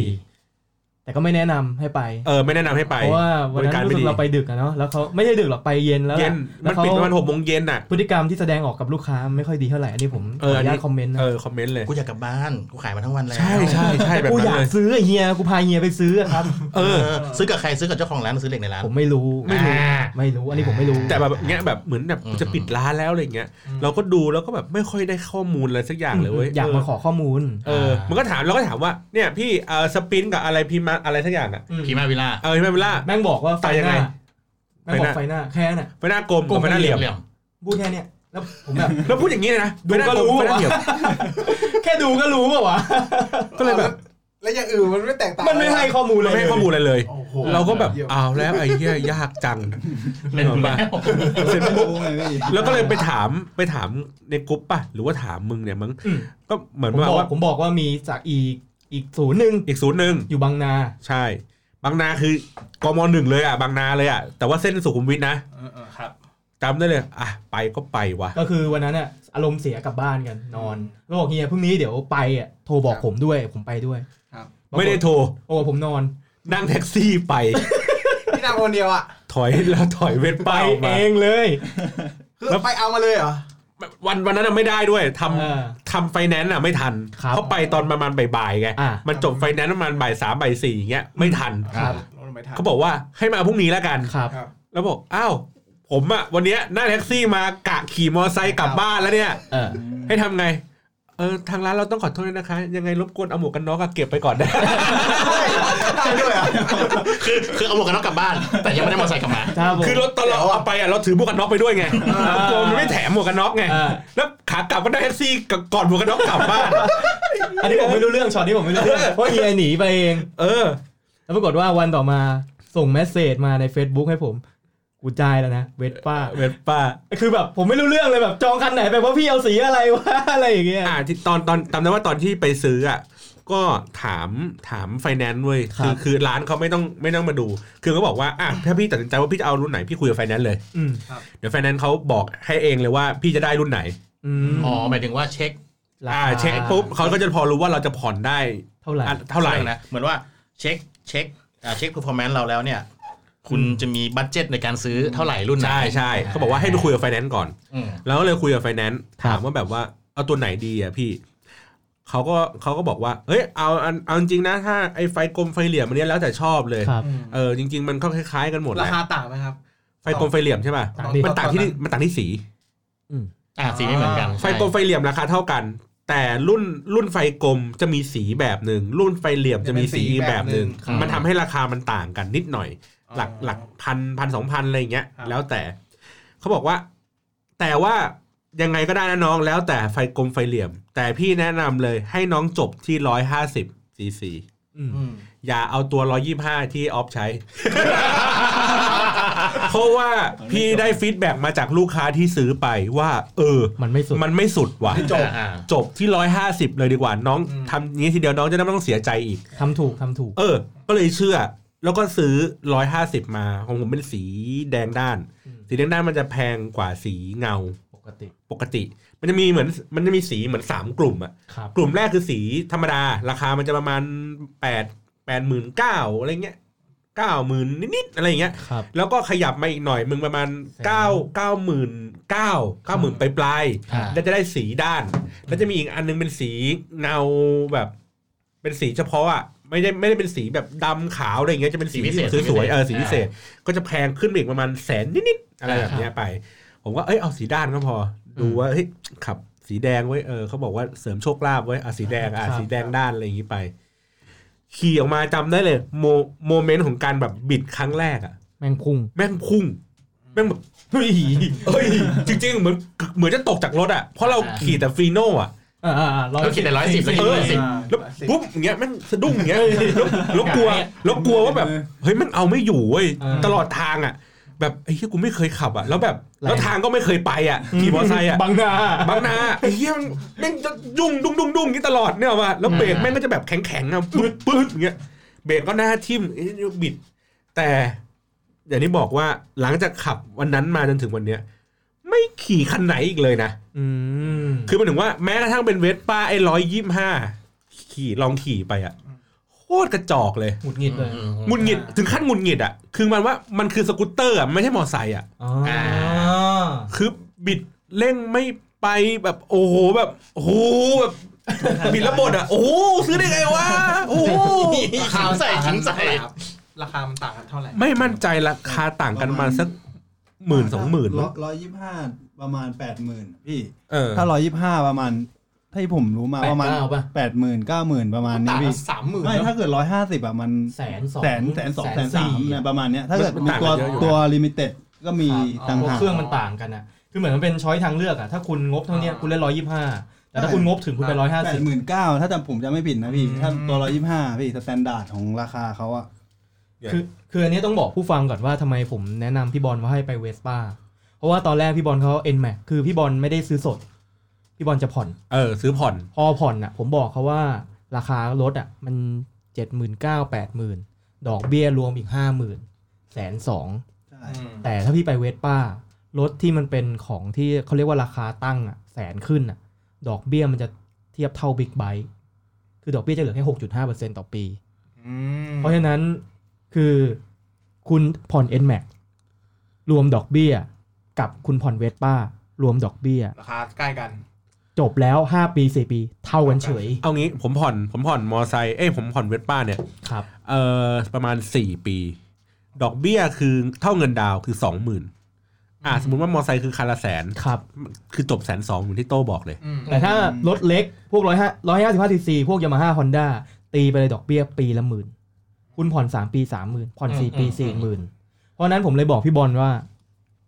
B: แต่ก็ไม่แนะนำให้ไป
A: เออไม่แนะนำให้ไป
B: เพราะว่าวัน
A: บริ
B: นั้
A: การ
B: น
A: ไม่
B: รู้สึ
A: ดี
B: กเราไปดึกอะเนาะแล้วเขาไม่ได้ดึกหรอกไปเย็นแล้ว
A: เย็น
B: แล้
A: มัปิด
B: วน เขา
A: ประมาณหกโมงเย็นน่ะ
B: พฤติกรรมที่แสดงออกกับลูกค้าไม่ค่อยดีเท่าไหร่อันนี้ผม
A: เออ
B: ขออนุ
A: อั
B: ญา
A: นนี้
B: ตคอมเมนต์นะ
A: เออคอมเมนต์เลย
D: กูอยากกลับบ้านกูขายมาทั้งวันแล้ว
A: ใช่ใช่ใช่แบบ
B: กู
A: นั้
B: อน ยาก
A: เลย
B: ซื้อไอ้เฮียกูพาเฮียไปซื้ออะ ครับ
A: เอ
D: เอ
A: อ
D: อ ซื้อกับใครซื้อกับเจ้าของร้านหรือซื้อเด็กในร้าน
B: ผมไม่รู้
A: ไม่รู้
B: ไม่รู้อันนี้ผมไม่รู้
A: แต่แบบเงี้ยแบบเหมือนแบบ
D: อืม
A: จะปิดร้านแล้วอะไรเงี้ย
C: อืม
A: เราก็ดูแล้วก็แบบไม่ค่อยได้ข้อมูลอะไรสักอย่างเลยเว้ย
B: อยากมา
A: เ
B: ขอข้อมูล
A: เออมันก็ถามเราก็ถามว่าเนี่ยพี่เออสปินกับอะไรพิมพ์มาอะไรสักอย่างอ่ะ
D: พีมาวิลล่า
A: เออไม่เป็นไร
B: แม่งบอกว่าไฟห
A: ไปยัง
B: น้า
A: ไง
B: แม่งบอ
A: ไฟห
B: ก
A: น้า
B: ไฟหน้าแค่น่ะ
A: ไปหน้ากลมกับไปหน้าเหลี่ยม
D: เหลี่ยม
B: พูดแค่เนี้ยแล้วผม แบบ
A: แล้วพูดอย่างนี้เลยนะ
B: ดูก็รู้
A: ไปหน้าเหลี่ยม
B: แค่ดูก็รู้ป่าวะ
A: ก็เลยแบบ
C: แล้วอย่างอื่นมันไม่แตกต่าง
B: มันไม่ให้ข้อมูลเลย
A: ไม่ให้ข้อมูลอะไรเลย
C: โอ้โห
A: เราก็แบบ
C: เยี่ยม
A: อ้าวแล้วไอ้เหี้ยยากจัง
D: เล่นมา
A: เสร็จ
E: ไม่
A: ปุ๊บ
E: รู้ไงพี่
A: แล้วก็เลยไปถามไปถามในกลุ่มป่ะหรือว่าถามมึงเนี่ยมึง
B: อืม
A: ก็เหมือน
B: ผม
A: ว่า
B: บอก
A: ว่า
B: ผมบอกว่ามีจากอีกอีกศูนย์หนึ่ง
A: อีกศูนย์หนึ่ง
B: อยู่บางนา
A: ใช่ บางนาคือกมหนึ่งเลยอ่ะ บางนาเลยอ่ะ แต่ว่าเส้นสุขุมวิทนะ
C: เออเออครับ
A: จำได้เลย อ่ะ ไปก็ไปวะ
B: ก็คือวันนั้นอ่ะอารมณ์เสียกลับบ้านกันนอนก็บอกเฮียพรุ่งนี้เดี๋ยวไปอ่ะโทรบอกผมด้วยผมไปด้วย
C: ครับ
A: ไม่ได้
B: ปรากฏ
A: โทร
B: โอ้ผมนอน
A: นั่งแท็กซี่ไป
C: พี่นำคนเดียวอ่ะ
A: ถอย แล้วถอยเวท
B: ไป
A: ป้ายออก
B: เอ
A: มา
B: งเลย
C: คือ
A: แล้ว
C: ไปเอามาเลยเหรอ
A: วันวันนั้นนะไม่ได้ด้วยทำ
B: เออ
A: ทำไฟแนนซ์อ่ะไม่ทัน
B: ครับ
A: เขาไปตอนประมาณบ่ายๆไง
B: อ่ะ
A: มันจบไฟแนนซ์ประมาณบ่ายสามบ่ายสี่อย่างเงี้ยไม่ทัน
D: ครับ
C: รถไม่ทัน
A: เขาบอกว่าให้มาพรุ่งนี้แล้วกัน
B: ครับ
C: ครับ
A: แล้วบอกอ้าวผมอ่ะวันเนี้ยนั่งแท็กซี่มากะขี่มอไซค์กลับบ้านแล้วเนี่ย
B: เออ
A: ให้ทำไง เออทางร้านเราต้องขอโทษด้วยนะคะ ยังไงรบกวนเอาหมวกกันน็อกอะเก็บไปก่อนนะ
C: ได้ด้วยเหรอ่ะ
D: คือคือเอาหมวกกันน็อกกลับบ้าน แต่ยังไม่ได้มอเตอร์ไซค์กลับมา
B: ถ้าผม
A: คือรถตอนเราเอาไปอะเราถือหมวกกันน็อกไปด้วยไงกลัวมันไม่แถมหมวกกันน็อกไง
B: อ่า
A: แล้วขากลับก็ได้แท็กซี่กับก่อนหมวกกันน็อกกลับบ้าน
B: อันนี้ผมไม่รู้เรื่องช็อตนี้ผมไม่รู้เรื่อง เพราะเฮียหนีไปเอง
A: เออ
B: แล้วปรากฏว่าวันต่อมาส่งเมสเซจมาใน Facebook ให้ผมกูจ่ายแล้วนะเวทป้า
A: เวทป้า
B: คือแบบผมไม่รู้เรื่องเลยแบบจองคันไหนแบบว่าพี่เอาสีอะไรวะ อะไรอย่างเงี้ย
A: อ่าที่ตอนตอนจำได้ว่าตอนที่ไปซื้ออ่ะก็ถามถามไฟแนนซ์เว้ย
B: ครับ
A: คือคือร้านเขาไม่ต้องไม่ต้องมาดู คือเขาบอกว่าอ่ะถ้าพี่ตัดสินใจว่าพี่จะเอารุ่นไหนพี่คุยกับไฟแนนซ์เลย
B: อืม
A: เดี๋ยวไฟแนนซ์เขาบอกให้เองเลยว่าพี่จะได้รุ่นไหน
B: อืม
D: อ๋อหมายถึงว่าเช็ค
B: ราคา
A: อ่าเช็คปุ๊บเขาก็จะพอรู้ว่าเราจะผ่อนได้
B: เท่าไหร่
A: อ่ะเท่าไหร่
D: นะเหมือนว่าเช็คเช็คอ่าเช็คเพอร์ฟอร์แมนซ์เราแล้วเนี่ย คุณจะมีบัตเจ็ตในการซื้อเท่าไหร่รุ่นไหน
A: ใช่ใช่เขาบอกว่าให้ไปคุยกับไฟแนนซ์ก่อน
D: อืม
A: แล้วก็เลยคุยกับไฟแนนซ์ถามว่าแบบว่าเอาตัวไหนดีอ่ะพี่เขาก็เขาก็บอกว่าเฮ้ยเอาเอาเอาจริงๆนะถ้าไอ้ไฟกลมไฟเหลี่ยมอันเนี้ยแล้วแต่ชอบเลย
B: ครับ
A: เออจริง ๆ มันก็คล้ายๆกันหมดแห
C: รา
A: ละ
C: คาต่างไหมครับ
A: ไฟกลมไฟเหลี่ยมใช่ป่ะ
B: ต่างดิ
A: มันต่างที่มันต่างที่สี
D: อ่าสีไม่เหมือนกัน
A: ไฟกลมไฟเหลี่ยมราคาเท่ากัน แต่รุ่นรุ่นไฟกลมจะมีสีแบบหนึ่งรุ่นไฟเหลี่ยมจะมีสีอีกแบบหนึ่ง
C: ครับ
A: มันทำให้ราคามันต่างกันนิดหน่อย หลักหลักพันพันสองพันอะไรอย่างเงี้ย
C: ครับ
A: แล้วแต่เขาบอกว่า แต่ว่ายังไงก็ได้นะน้องแล้วแต่ไฟกลมไฟเหลี่ยม แต่พี่แนะนำเลยให้น้องจบที่ร้อยห้าสิบซีซี
B: อืม
C: อืม
A: อย่าเอาตัวร้อยี่ห้าที่ออฟใช้ เพราะว่าพี่ได้ฟีดแบ็กมาจากลูกค้าที่ซื้อไปว่า เออ
B: มันไม่สุด
A: มันไม่สุดว่ะ
D: จบอ่า
A: จบที่ร้อยห้าสิบเลยดีกว่าน้องทำอย่างนี้ทีเดียวน้องจะได้ไม่ต้องเสียใจอีก
B: ทำถูกทำถูก
A: เออ ก็เลยเชื่อ แล้วก็ซื้อร้อยห้าสิบมาของผมเป็นสีแดงด้าน
B: อืม
A: สีแดงด้านมันจะแพงกว่าสีเงา
B: ปกติ
A: ปกติ มันจะมีเหมือนมันจะมีสีเหมือนสามกลุ่มอะ
B: ครับ
A: กลุ่มแรกคือสีธรรมดา ราคามันจะประมาณแปดแปดหมื่นเก้าอะไรเงี้ยเก้าหมื่นนิดๆอะไรอย่างเงี้ย
B: ครับ
A: แล้วก็ขยับมาอีกหน่อยมึงประมาณ
B: แสน
A: เก้าเก้าหมื่นเก้าเก้าหมื่นปลายๆ
D: อ่า
A: แล้วจะได้สีด้าน แล้วจะมีอีกอันนึงเป็นสีเงาแบบ เป็นสีเฉพาะอ่ะ ไม่ได้ไม่ได้เป็นสีแบบดำขาวอะไรอย่างเงี้ยจะเป็นสี
D: สีพิเศษ
A: ที่สวยๆเออ
D: สี
A: สี
D: พิ
A: พิ
D: เศ
A: เศ
D: ษ
A: ษก็จะแพงขึ้นไปอีกประมาณแสนนิดๆอะไรแบบเนี้ยไป ผมก็เอ้ยเอาสีด้านก็พอ ดูว่าเฮ้ยขับสีแดงไว้ยเออเขาบอกว่าเสริมโชคลาภไว้ยอ่ะสีแดงอ่ะ
B: ครับ
A: สีแดงด้านอะไรอย่างงี้ไป ขี่ออกมาจำได้เลย โมโมเมนต์ของการแบบบิดครั้งแรกอ่ะ
B: แมงพุง
A: แม่งพุ่ง แม่งแบบ เฮ้ยเฮ้ยจริง ๆ เหมือนเหมือนจะตกจากรถอ่ะเพราะเราขี่แต่ฟีโน่อ่ะ
B: อ่าอ่าอ่าร้อย
D: แล้วคิดแต่ร้อยสิบเลย
A: เออ
D: สิบ
A: แล้วปุ๊บอย่างเงี้ยแม่งสะดุ้งอย่างเงี้ยแล้วแล้วกลัวแล้วกลัวว่าแบบเฮ้ยแม่งเอาไม่อยู่เว้ยตลอดทางอ่ะ แบบไอ้เหี้ยกูไม่เคยขับอ่ะแล้วแบบแล้วทางก็ไม่เคยไปอ่ะขี่มอเตอร์ไซค์อ่ะ
B: บังหนา
A: บางนาไอ้เหี้ยแม่งจะยุ่งดุ้งดุ้งดุ้งอย่างงี้ตลอดเนี่ยว่าแล้วเบรกแม่งก็จะแบบแข็งแข็งๆอ่ะปื๊ดปื๊ดอย่างเงี้ยเบรกก็หน้าทิ่มเอ้ยบิด แต่อย่างที่บอกว่าหลังจากขับวันนั้นมาจนถึงวันเนี้ยไม่ขี่คันไหนอีกเลยนะ
B: อืม
A: คือหมันถึงว่าแม้กระทั่งเป็นเวสป้าไอ้ร้อยยี่ห้าขี่ลองขี่ไปอะโคตรกระจอกเลย
B: หงุดหงิดเลย
A: หงุดหงิดถึงขั้นหงุดหงิดอะคือมันว่ามันคือสกูตเตอร์อะไม่ใช่มอไซค์อะ
B: อ๋อ
D: อ่า
A: คือบิดเร่งไม่ไปแบบโอ้โหแบบโอ้โหแบบบิดแล้วบดอะโอ้โหซื้อได้ไงวะโอ้โห
D: ขาวใส่ขิงใส่
C: ครับราคามันต่างกันเท่าไหร่
A: ไม่มั่นใจราคาต่างกันมาสักหมื่นสองหมื่น
E: ร้อยร้อยยี่สิบห้าประมาณแปดหมื่นพี่
A: เออ
E: ถ้าร้อยยี่สิบห้า125 ประมาณ ถ้าที่ผมรู้มา
B: แป
E: ป
B: ด
E: ระมาณ
B: เก้าป่ะ
E: แปดหมื่นเก้าหมื่นประมาณ
C: ต่างกั
E: นี้พี่
C: นสามหมื่น
E: ไม่ถ้าเกิดร้อยห้าสิบอะมัน
B: แสนสอง
E: แสนแสนสองแสนสามเนี่ยประมาณเนี้ยถ้าเกิดมีตัวตัวลิมิเต็ดก็มีต่าง
B: เพราะ
E: หาก
B: เครื่องมันต่างกันอะคือเหมือนมันเป็นช้อยทางเลือกอะถ้าคุณงบเท่าเนี้ยคุณเล่นร้อยยี่ห้าแต่ถ้าคุณงบถึงคุณไปร้อยห้า
E: แป
B: สิ
E: ด
B: บ
E: หมื่นเก้าถ้าจำผมจะไม่ผิดนะพี่ ถ้าตัวร้อยยี่สิบห้าพี่สแตนดาร์ดของราคาเขาอะ
B: คือคืออันนี้ต้องบอกผู้ฟังก่อนว่าทำไมผมแนะนำพี่บอลว่าให้ไปเวสป้าเพราะว่าตอนแรกพี่บอลเขา n m a x คือพี่บอลไม่ได้ซื้อสด พี่บอลจะผ่อน
A: เออซื้อผ่อน
B: พอผ่อนอ่ะผมบอกเขาว่าราคารถอ่ะมันเจ็ดหมื่นเก้าแปดหมื่นดอกเบี้ยรวมอีกห้าหมื่นแสนสอง
E: ใช่
C: อืม
B: แต่ถ้าพี่ไปเวสป้ารถที่มันเป็นของที่เขาเรียกว่าราคาตั้งอ่ะแสนขึ้นอ่ะดอกเบี้ยมันจะเทียบเท่าบิ๊กไบค์คือดอกเบี้ยจะเหลือแค่หกจุดห้าเปอร์เซ็นต่อปี
C: อืม
B: เพราะฉะนั้นคือคุณผ่อน n m a x รวมดอกเบี้ย กับคุณผ่อนเวสป้ารวมดอกเบี้ย
C: ราคาใกล้กัน
B: จบแล้วห้าปีสี่ปี เท่ากันเฉย
A: เอางี้ผมผ่อนผมผ่อนมอไซค์เอ้ยผมผ่อนเวสป้าเนี่ย
B: ครับ
A: เอ่อประมาณสี่ปี ดอกเบี้ยคือเท่าเงินดาวน์คือสองหมื่นอ่าสมมติว่ามอไซค์คือคันละแสน
B: ครับ
A: คือจบแสนสองเหมือนที่โต้บอกเลย
C: อืม
B: แต่ถ้ารถเล็ก พวกร้อยห้าร้อยห้าสิบห้าซีซีพวกยามาฮ่าฮอนด้าตีไปเลยดอกเบี้ยปีละหมื่น คุณผ่อนสามปีสามหมื่นผ่อนสี่ปีสี่หมื่นเพราะฉะนั้นผมเลยบอกพี่บอลว่า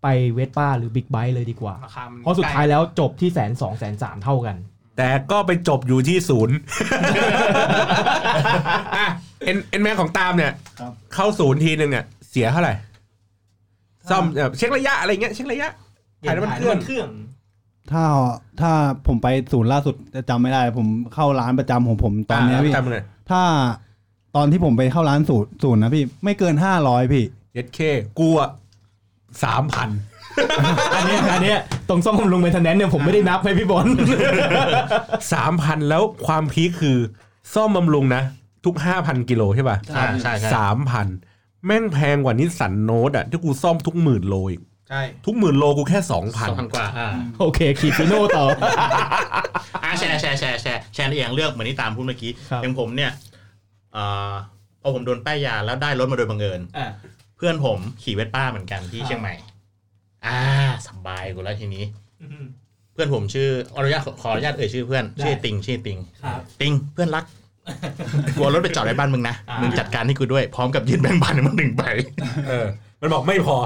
B: ไปเวสป้าหรือบิ๊กไบค์เลยดีกว่า
C: ราคามัน
B: เพราะสุดท้ายแล้วจบที่แสนสองแสนสามเท่ากัน
A: แต่ก็ไปจบอยู่ที่ศูนย์ อ่ะเอ็นเอ็นแมของตามเนี่ย
E: ครับ
A: เข้าศูนย์ทีนึงเนี่ย เสียเท่าไหร่ ซ่อมแบบเช็คระยะอะไรเงี้ยเช็คระยะถ่ายน้ำมันเครื่อง
E: ถ้าถ้าผมไปศูนย์ล่าสุดจะจำไม่ได้ ผมเข้าร้านประจำของผมตอนเนี้ยพี่
A: ตามเลย
E: ถ้าตอนที่ผมไปเข้าร้านศูนย์ศูนย์นะพี่ไม่เกินห้าร้อยพี่
A: เย็ดเคกูอะสามพัน
B: อันเนี้ยอันเนี้ยตรงซ่อมบำรุงเมนเทนแนนเนี่ยผมไม่ได้นับให้พี่บอล
A: สามพันแล้วความพีคคือซ่อมบำรุงนะ ทุกห้าพันกิโลใช่ป่ะ
D: อ่าใช่ใช่
A: สามพันแม่งแพงกว่านิสสันโนตอ่ะที่กูซ่อมทุกหมื่นโลอีก
C: ใช่
A: ทุกหมื่นโลกูแค่สองพัน
D: สองพันกว่าอ่า
B: โอเคขี่ฟิโน่ต่อ
D: อ่าแชร์แชร์แชร์แชร์แชร์เอียงเลือกเหมือนที่ตามพูดเมื่อกี้
B: ครับ
D: อย่างผมเนี่ยเอ่อพอผมโดนป้ายยาแล้วได้รถมาโดยบังเอิญ
B: อ่ะ
D: เพื่อนผมขี่เวสป้าเหมือนกันที่เชียงใหม่ อ่าสบายกูแล้วทีนี้ เพื่อนผมชื่ออนุญาตขอขออนุญาตเอ่ยชื่อเพื่อนชื่อติงชื่อติง
B: ครับ
D: ติงเพื่อน รักกูเอารถไปจอดไว้บ้านมึงนะ
B: อ่ามึ
D: มึงจัดการให้กูด้วยพร้อมกับยื่นแบงค์พันให้มึงหนึ่งใบ
A: เออ มันบอกไม่พอ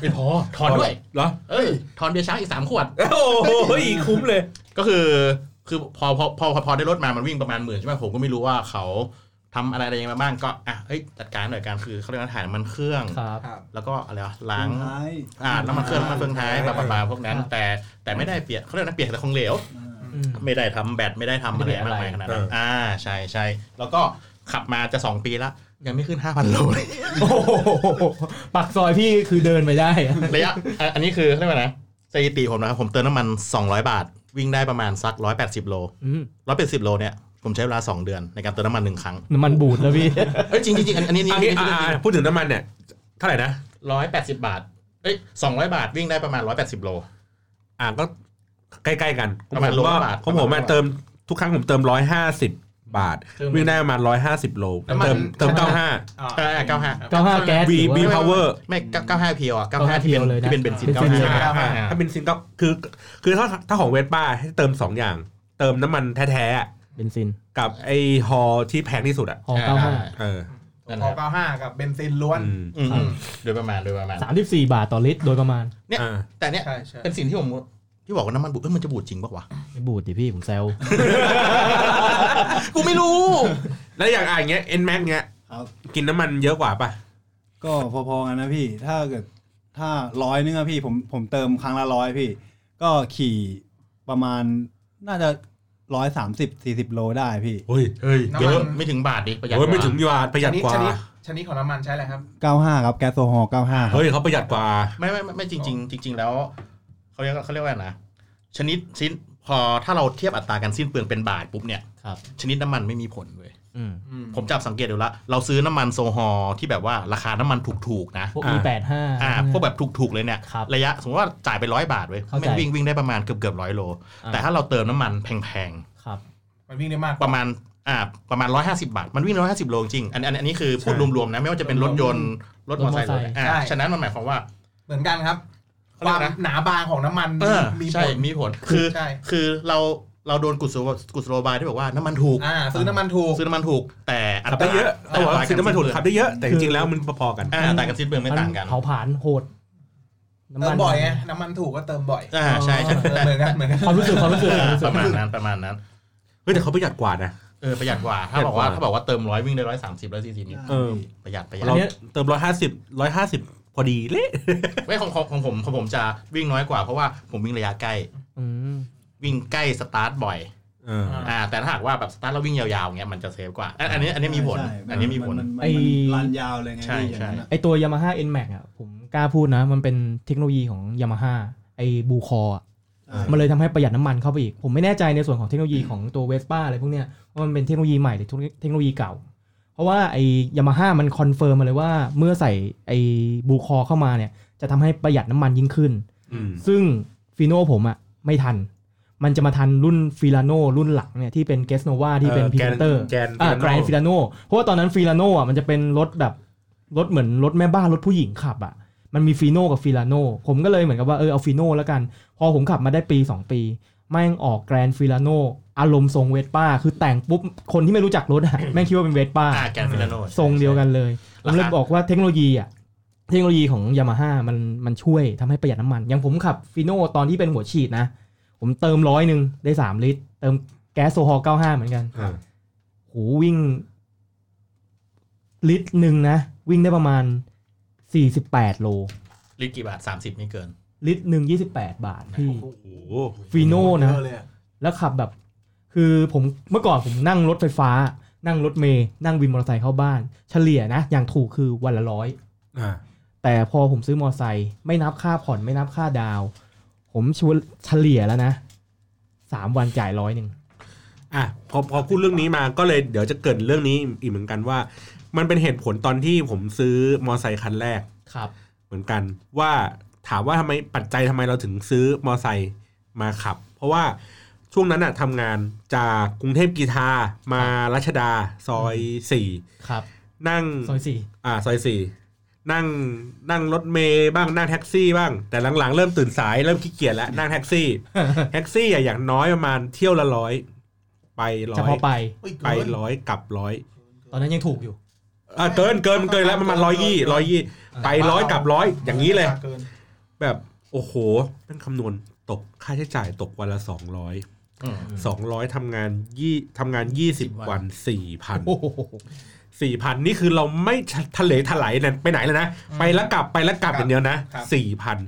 D: ไม่พอถอนด้วย
A: เหรอ
D: เอ้ยถอนเบียร์ช้างอีกสามขวด
A: โอ้โหคุ้มเลย
D: ก็คือคือพอพอพอพอพอได้รถมามันวิ่งประมาณหมื่นใช่ไหมผมก็ไม่รู้ว่าเขาทำอะไรอะไรยังไงมาบ้างก็อ่ะเฮ้ยจัดการหน่อยการคือเขาเรียกว่าถ่ายน้ำมันเครื่อง
B: ครับ
C: ครับ
D: แล้วก็อะไรวะล้าง อ่าน้ำมันเครื่องน้ำมันเฟืองท้ายปลาปลาพวกนั้น
B: ครับ
D: แต่แต่ไม่ได้เปียกเขาเรียกนะเปียกแต่ของเหลว
B: อืม
D: ไม่ได้ทำแบตไม่ได้ทำอะไร
B: ไม่ได้
D: มา
B: อะ
D: ก
B: ไร
D: มายขนาดนั้น
A: เอออ่
D: อ่าใช่ใช่แล้วก็ขับมาจะ 2 ปีละยังไม่ขึ้น 5,000 โลเลย
B: โอ้โหปักซอยพี่คือเดินไปได้อะ
D: ระย ะอ่ะอันนี้คือเขาเรียกว่าไงนะสถิติผมนะครับ ผมเติมน้ำมัน 200 บาท วิ่งได้ประมาณสัก 180 โล
B: อืม
D: 180 โลเนี่ย ผมใช้เวลา 2 เดือนในการเติมน้ำมันหนึ่งครั้ง
B: น้ำมันบูดแล้วพี่
D: เอ้ยจริงจริงจริงอันอันนี้
A: อันนี้อ่าอ่าพูดถึงน้ำมันเนี่ยเท่าไหร่นะ
D: ร้อยแปดสิบบาทเอ้ยสองร้อยบาทวิ่งได้ประมาณร้อยแปดสิบโล
A: อ่าก็ใกล้ๆกัน
D: ประมาณ
A: ผมก็
D: 100บาท
A: ของผม
D: ประมา
A: อ่ะ
D: ณ
A: เติมทุกครั้งผมเติมร้อยห้าสิบ บาท
C: เครื่องบิน
A: วิ่งได้ประมาณ150 โล
C: น้ำมัน
A: เติมเติม
C: อ๋อ
D: เออเก้าห้า
B: เก้าห้าแก๊ส
A: V V Power
D: ไม่เก้าห้าเพียวอ่ะเก้าห้า
B: 95
D: ที่
B: เพี
D: เป็น
B: ยวเลยนะ
D: ที่เป็นเบนซิน
B: เบนซิ
D: เก้าน ห้า
A: 95ถ้าเป็นซิงก็คือคือถ้าถ้าของเวสป้าให้เติม 2 อย่าง เติมน้ำมันแท้ๆอะ
B: เบนซิน
A: กับไอฮอที่แพงที่สุดอ่ะ
B: หอเก้าห้า
A: เออ
D: นั่น
C: ข
D: แห
C: อ
D: ละ
C: เก้าห้ากับเบนซินล้วน
A: อืม
D: อืมอืมโดยประมาณโดยประมาณ
B: สามสิบสี่บาทต่อลิตรโดยประมาณ
D: เนี่ย
A: อ่า
D: แต่เนี้ย
C: ใช่ใช่
D: เป็นสิ่งที่ผมที่บอกว่าน้ำมันบูดเอ้ยมันจะบูดจริงปะวะ
B: ไม่บูดดิพี่ผมแซว
D: กูไม่รู้
A: แล้วอย่างอ่ะอย่างเงี้ย N Max เงี้ย
E: ครับ
A: กินน้ำมันเยอะกว่าป่ะ
E: ก็พอๆกันนะพี่ ถ้าเกิดถ้าร้อยนึงอะพี่ผมผมเติมครั้งละร้อยพี่ ก็ขี่ประมาณน่าจะร้อยสามสิบสี่สิบโลได้พี่
A: เฮ้ย
D: เฮ้ย
C: น้ำมัน
D: เยอะไม่ถึงบาทดิประหยัด
A: โอ้ยไม่ถึง
D: กว่
A: ยาประหยัดกว่า
C: ชนิดชนิดชนิดของน้ำมันใช้อะไรครับ
E: เก้าห้าครับแก๊สโซฮอลเก้าห้าครับ
A: เฮ้ยเขาประหยัดกว่า
D: าไม่ไม่ไม่ไม่จริงจริงๆจริง ๆ แล้วเขาเรียกเขาเรียกว่าไงนะชนิดชิ้นพอถ้าเราเทียบอัตราการสิ้นเปลืองเป็นบาทปุ๊บเนี่ย
B: ครับ
D: ชนิดน้ำมันไม่มีผลเว้ย
B: อืม
C: อืม
D: ผมจับสังเกตดูละเราซื้อน้ำมันโซฮอลที่แบบว่าราคาน้ำมันถูกๆนะ
B: พวก
A: อ่า
B: e แปดห้า
D: อ่าพวกแบบถูกๆเลยเนี่ย
B: ครับ
D: ยะสมมติว่าจ่ายไปร้อยบาทเว้ย
B: เข้าใจ
D: แม่งวิ่งวิ่งได้ประมาณเกือบเกือบร้อยโล
B: อ่า
D: แต่ถ้าเราเติมน้ำมันแพง
B: ครับ
C: มันวิ่งได้มาก
D: ๆ ประมาณอ่าประมาณ 150 บาท มันวิ่ง 150 โลจริงอันอันอันนี้คือพูด
A: ใช่
D: รวมๆนะ ไม่ว่าจะเป็นรถยนต์รถมอเตอร์ไซค์รถอะไรอ่าฉะนั้นมันหมายความว่า
C: เหมือนกันครับ
D: เขาเรีย
C: คา
D: ว
C: ก ม
D: นะ
C: หนาบางของน้ำมัน
D: เออ
C: มีผ
D: ใช่
C: ล
D: มีผลคือ
C: ใช่
D: คือเราเราโดนกุศโลกุศโลบายที่บอกว่าน้ำมันถูก
C: อ่าซื้อน้ำมันถูก
D: ซื้อน้ำมันถูก แต่อั
A: ขับ
D: ต
A: ได้
D: รา
A: เยอะ
D: แต่
A: แต่
D: อัต
A: ว่า
D: รา
A: ซื้อน้ำมันถูกขับได้เยอะ แต่จริงๆแล้วมันพอๆกัน
D: อ่าอัตราการสิ้นเปลืองไม่ต่างกัน
B: เผาผลาญโหด
C: เติมบ่อยไงน้ำมันถูกก็เติมบ่อย
D: อ่าใช่ใช่
C: เออเหมือนกันเหมือนกัน
B: ความรู้สึกความรู้สึก ความรู้สึก
D: ประมาณนั้นประมาณนั้น
A: เฮ้ยแต่เขาประหยัดกว่านะ
D: เออประหยัดกว่าถ้าบอกว่าถ้าบอกว่าเติมร้อยวิ่งได้ร้อยสามสิบร้อยสี่สิบนี่
A: เออ
D: ประหยัดประหยัด
A: เราเติมร้อยห้าสิบร้อยห้าสิบพอดีเละ
D: เว้ยของของของผมของผมจะวิ่งน้อยกว่าเพราะว่าผมวิ่งระยะใกล้
B: อืม
D: วิ่งใกล้สตาร์ทบ่อย
A: เออ
D: อ่าแต่ถ้าหากว่าแบบสตาร์ทแล้ววิ่งยาวๆเงี้ยมันจะเซฟกว่าอันอันนี้อันนี้มีผล
E: ใช่ใช่
D: อันนี้มีผล
E: นนรันยาวเลยไง
D: ใช่
E: พี่อย่างนั้น
D: ใช่
E: อะ
B: ไอตัว Yamaha N Max อ่ะผมกล้าพูดนะ มันเป็นเทคโนโลยีของ Yamaha ไอบูคออ่ะ
E: อ่า
B: มันเลยทำให้ประหยัดน้ำมันเข้าไปอีก ผมไม่แน่ใจในส่วนของเทคโนโลยีของตัวเวสป้าอะไรพวกเนี้ยว่ามันเป็นเทคโนโลยีใหม่หรือเทคโนโลยีเก่า เพราะว่าไอ้ยามาฮ่ามันคอนเฟิร์มมาเลยว่าเมื่อใส่ไอ้บูคอเข้ามาเนี่ย จะทำให้ประหยัดน้ำมันยิ่งขึ้น
A: อืม
B: ซึ่งฟีโน่ผมอะไม่ทัน มันจะมาทันรุ่นฟิลาโนรุ่นหลังเนี่ยที่เป็นเกสโนวาที่เป็นพรี
A: แก
B: เซนเตอร์
A: แกน
B: อ่าแกรนฟิ
A: ฟิลาโ
B: ลาโนเพราะว่าตอนนั้นฟิลาโนอ่ะมันจะเป็นรถแบบรถเหมือนรถแม่บ้านรถผู้หญิงขับอ่ะมันมีฟีโนกับฟิลาโนผมก็เลยเหมือนกับว่าเออเอาฟีโนแล้วกัน พอผมขับมาได้ปี 2 ปีแม่งออกแกรนฟิลาโนอารมณ์ทรงเวสป้า คือแต่งปุ๊บ คนที่ไม่รู้จักรถอ่ะ แม่งคิดว่าเป็นเวสป้า
D: อ่าแกนฟิลาโน
B: ทรงเดียวกันเลยผ
D: ราคา
B: มเลยบอกว่าเทคโนโลยีอ่ะ เทคโนโลยีของยามาฮ่ามันมันช่วยทำให้ประหยัดน้ำมัน อย่างผมขับฟีโน่ตอนที่เป็นหัวฉีดนะ ผมเติมร้อยหนึ่งได้สามลิตร เติมแก๊สโซฮอล95 เหมือนกัน
A: อ่า
B: โหวิ่ง ลิตรหนึ่งนะ วิ่งได้ประมาณ 48 โล
D: ลิตรกี่บาท 30 ไม่เกิน
B: ลิตรหนึ่ง28 บาทพี่
A: โอ้โห
B: ฟีโน่นะ
C: เยอเลยอ
B: แล้วขับแบบ คือผมเมื่อก่อนผมนั่งรถไฟฟ้า นั่งรถเมย์นั่งวินมอเตอร์ไซค์เข้าบ้าน เฉลี่ยนะ อย่างถูกคือวันละร้อย
A: อ่า
B: แต่พอผมซื้อมอไซค์ไม่นับค่าผ่อนไม่นับค่าดาว ผมชวนเฉลี่ยแล้วนะสามวันจ่ายร้อยหนึ่ง
A: อ่ะพอพอพูดเรื่องนี้มาก็เลยเดี๋ยวจะเกริดเรื่องนี้อีกเหมือนกันว่า มันเป็นเหตุผลตอนที่ผมซื้อมอไซค์คันแรก
B: ครับ
A: เหมือนกันว่าถามว่าทำไมปัจจัยทำไมเราถึงซื้อมอไซค์มาขับ เพราะว่าช่วงนั้นอะทำงานจากกรุงเทพกีทามารัชดาซอยสี่
B: ครับ
A: นั่ง
B: ซ อยสี่
A: อ่าซอยสี่นั่งนั่งรถเมย์บ้างนั่งแท็กซี่บ้าง แต่หลังๆ เริ่มตื่นสายเริ่มขี้เกียจแล้วนั่งแท็กซี่ แท็กซี่อะอย่างน้อยประมาณเที่ยวละร้อยไปร้
B: เฉ
A: อย
B: พาะไป
C: ุ๊ย
A: ไป
C: เกิน
A: ร้อยกลับร้อย
B: ตอนนั้นยังถูกอยู่
A: อ่ะเกินเกินมันเกินแล้วประมาณร้อยยี่ร้อยยี่ไปร้อยกลับร้อยอย่างนี้เลย
C: กิน
A: แบบโอ้โหเป็นคำนวณตกค่าใช้จ่ายตกวันละสองร้อย
D: อืม
A: สองร้อยทำงานยี่ทำงานยี่สิบวันสี่พัน
B: โอ้โห
A: สี่พันนี่คือเราไม่ทะเลทลายเนี่ยไปไหนเลยนะ ไปแล้วกลับไปแล้วกลับอย่างเดียวนะสี่พัน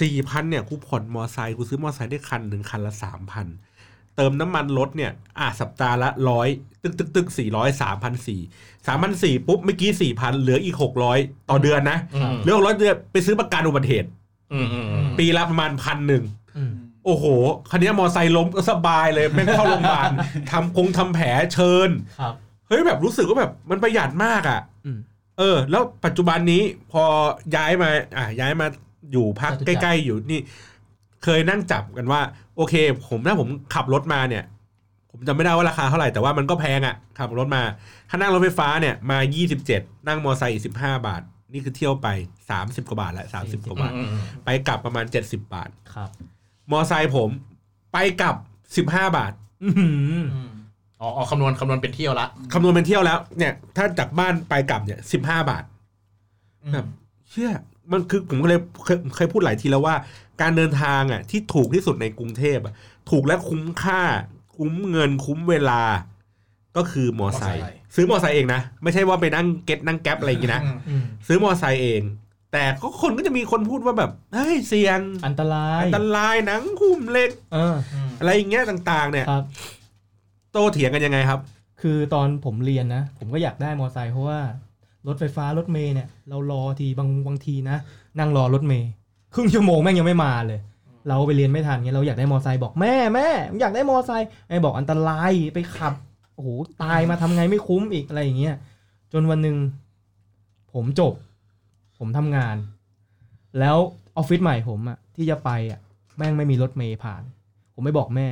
A: สี่พันเนี่ยกูผ่อนมอไซค์กูซื้อมอไซค์ได้คันหนึ่งคันละสามพันเติมน้ำมันรถเนี่ยอ่ะสัปดาห์ละร้อยตึกตึกตึกสี่ร้อยสามพันสี่สามพันสี่ปุ๊บเมื่อกี้สี่พันเหลืออีกหกร้อยต่อเดือนนะ
D: อืม
A: เหลือหกร้อยเดือนไปซื้อประกันอุบัติเหตุ
D: อืมอืมอืม
A: ปีละประมาณพันหนึ่ง
B: อืม
A: โอ้โห คันนี้มอไซค์ล้มก็สบายเลย ไม่เข้าโรงพยาบาล ทำคงทำแผลเชิญ
B: ครับ
A: เฮ้ยแบบรู้สึกว่าแบบมันประหยัดมากอะ่ะ
B: อืม
A: เออ แล้วปัจจุบันนี้พอย้ายมาอ่ะย้ายมาอยู่พัก
B: จตุจั
A: ใก
B: กร
A: ล้ๆอยู่นี่ เคยนั่งจับกันว่า โอเค ผมถ้าผมขับรถมาเนี่ย ผมจำไม่ได้ว่าราคาเท่าไหร่แต่ว่ามันก็แพงอะ่ะขับรถมา ถ้านั่งรถไฟฟ้าเนี่ยมา 27 นั่งมอไซค์อีก15 บาท นี่คือเที่ยวไป 30 กว่าบาทละ30 กว่าบาท
D: อืมอืมอืม
A: ไปกลับประมาณ 70 บาท
B: ครับ
A: มอไซค์ผมไปกลับ 15 บาท
D: อ๋ออ๋อคำนวณคำนวณเป็นเที่ยวละ
A: คำนวณเป็นเที่ยวแล้วเนี่ยถ้าจากบ้านไปกลับเนี่ย15 บาท
C: อืม
A: แบบเชื่อมันคือผมก็เลยเคยเคยพูดหลายทีแล้วว่า การเดินทางอ่ะที่ถูกที่สุดในกรุงเทพอ่ะถูกและคุ้มค่า คุ้มเงินคุ้มเวลา ก็คือมอไซค์
D: มอไซค์
A: ซื้อมอไซค์เองนะ ไม่ใช่ว่าไปนั่งเก็ตนั่งแก๊ปอะไรอย่างงี้นะ
C: อืม
A: ซื้อมอไซค์เอง แต่ก็คนก็จะมีคนพูดว่าแบบเฮ้ยเสี่ยง
B: อันตราย
A: อันตรายหนังหุ้มเหล็ก
B: เออ
C: อืม
A: อะไรอย่างเงี้ยต่าง ๆ เนี่ย
B: ครับ
A: โตเถียงกันยังไงครับ
B: คือตอนผมเรียนนะ ผมก็อยากได้มอไซค์เพราะว่า รถไฟฟ้ารถเมย์เนี่ย เรารอทีบางบางทีนะ นั่งรอรถเมย์ครึ่งชั่วโมงแม่งยังไม่มาเลย เราไปเรียนไม่ทันเงี้ยเราอยากได้มอไซค์บอกแม่แม่ผมอยากได้มอไซค์ไอ้บอกอันตรายไปขับโอ้โหตายมาทำไงไม่คุ้มอีกอะไรอย่างเงี้ยจนวันหนึ่งผมจบ ผมทำงาน แล้วออฟฟิศใหม่ผมอะที่จะไปอะแม่งไม่มีรถเมย์ผ่าน ผมไม่บอกแม่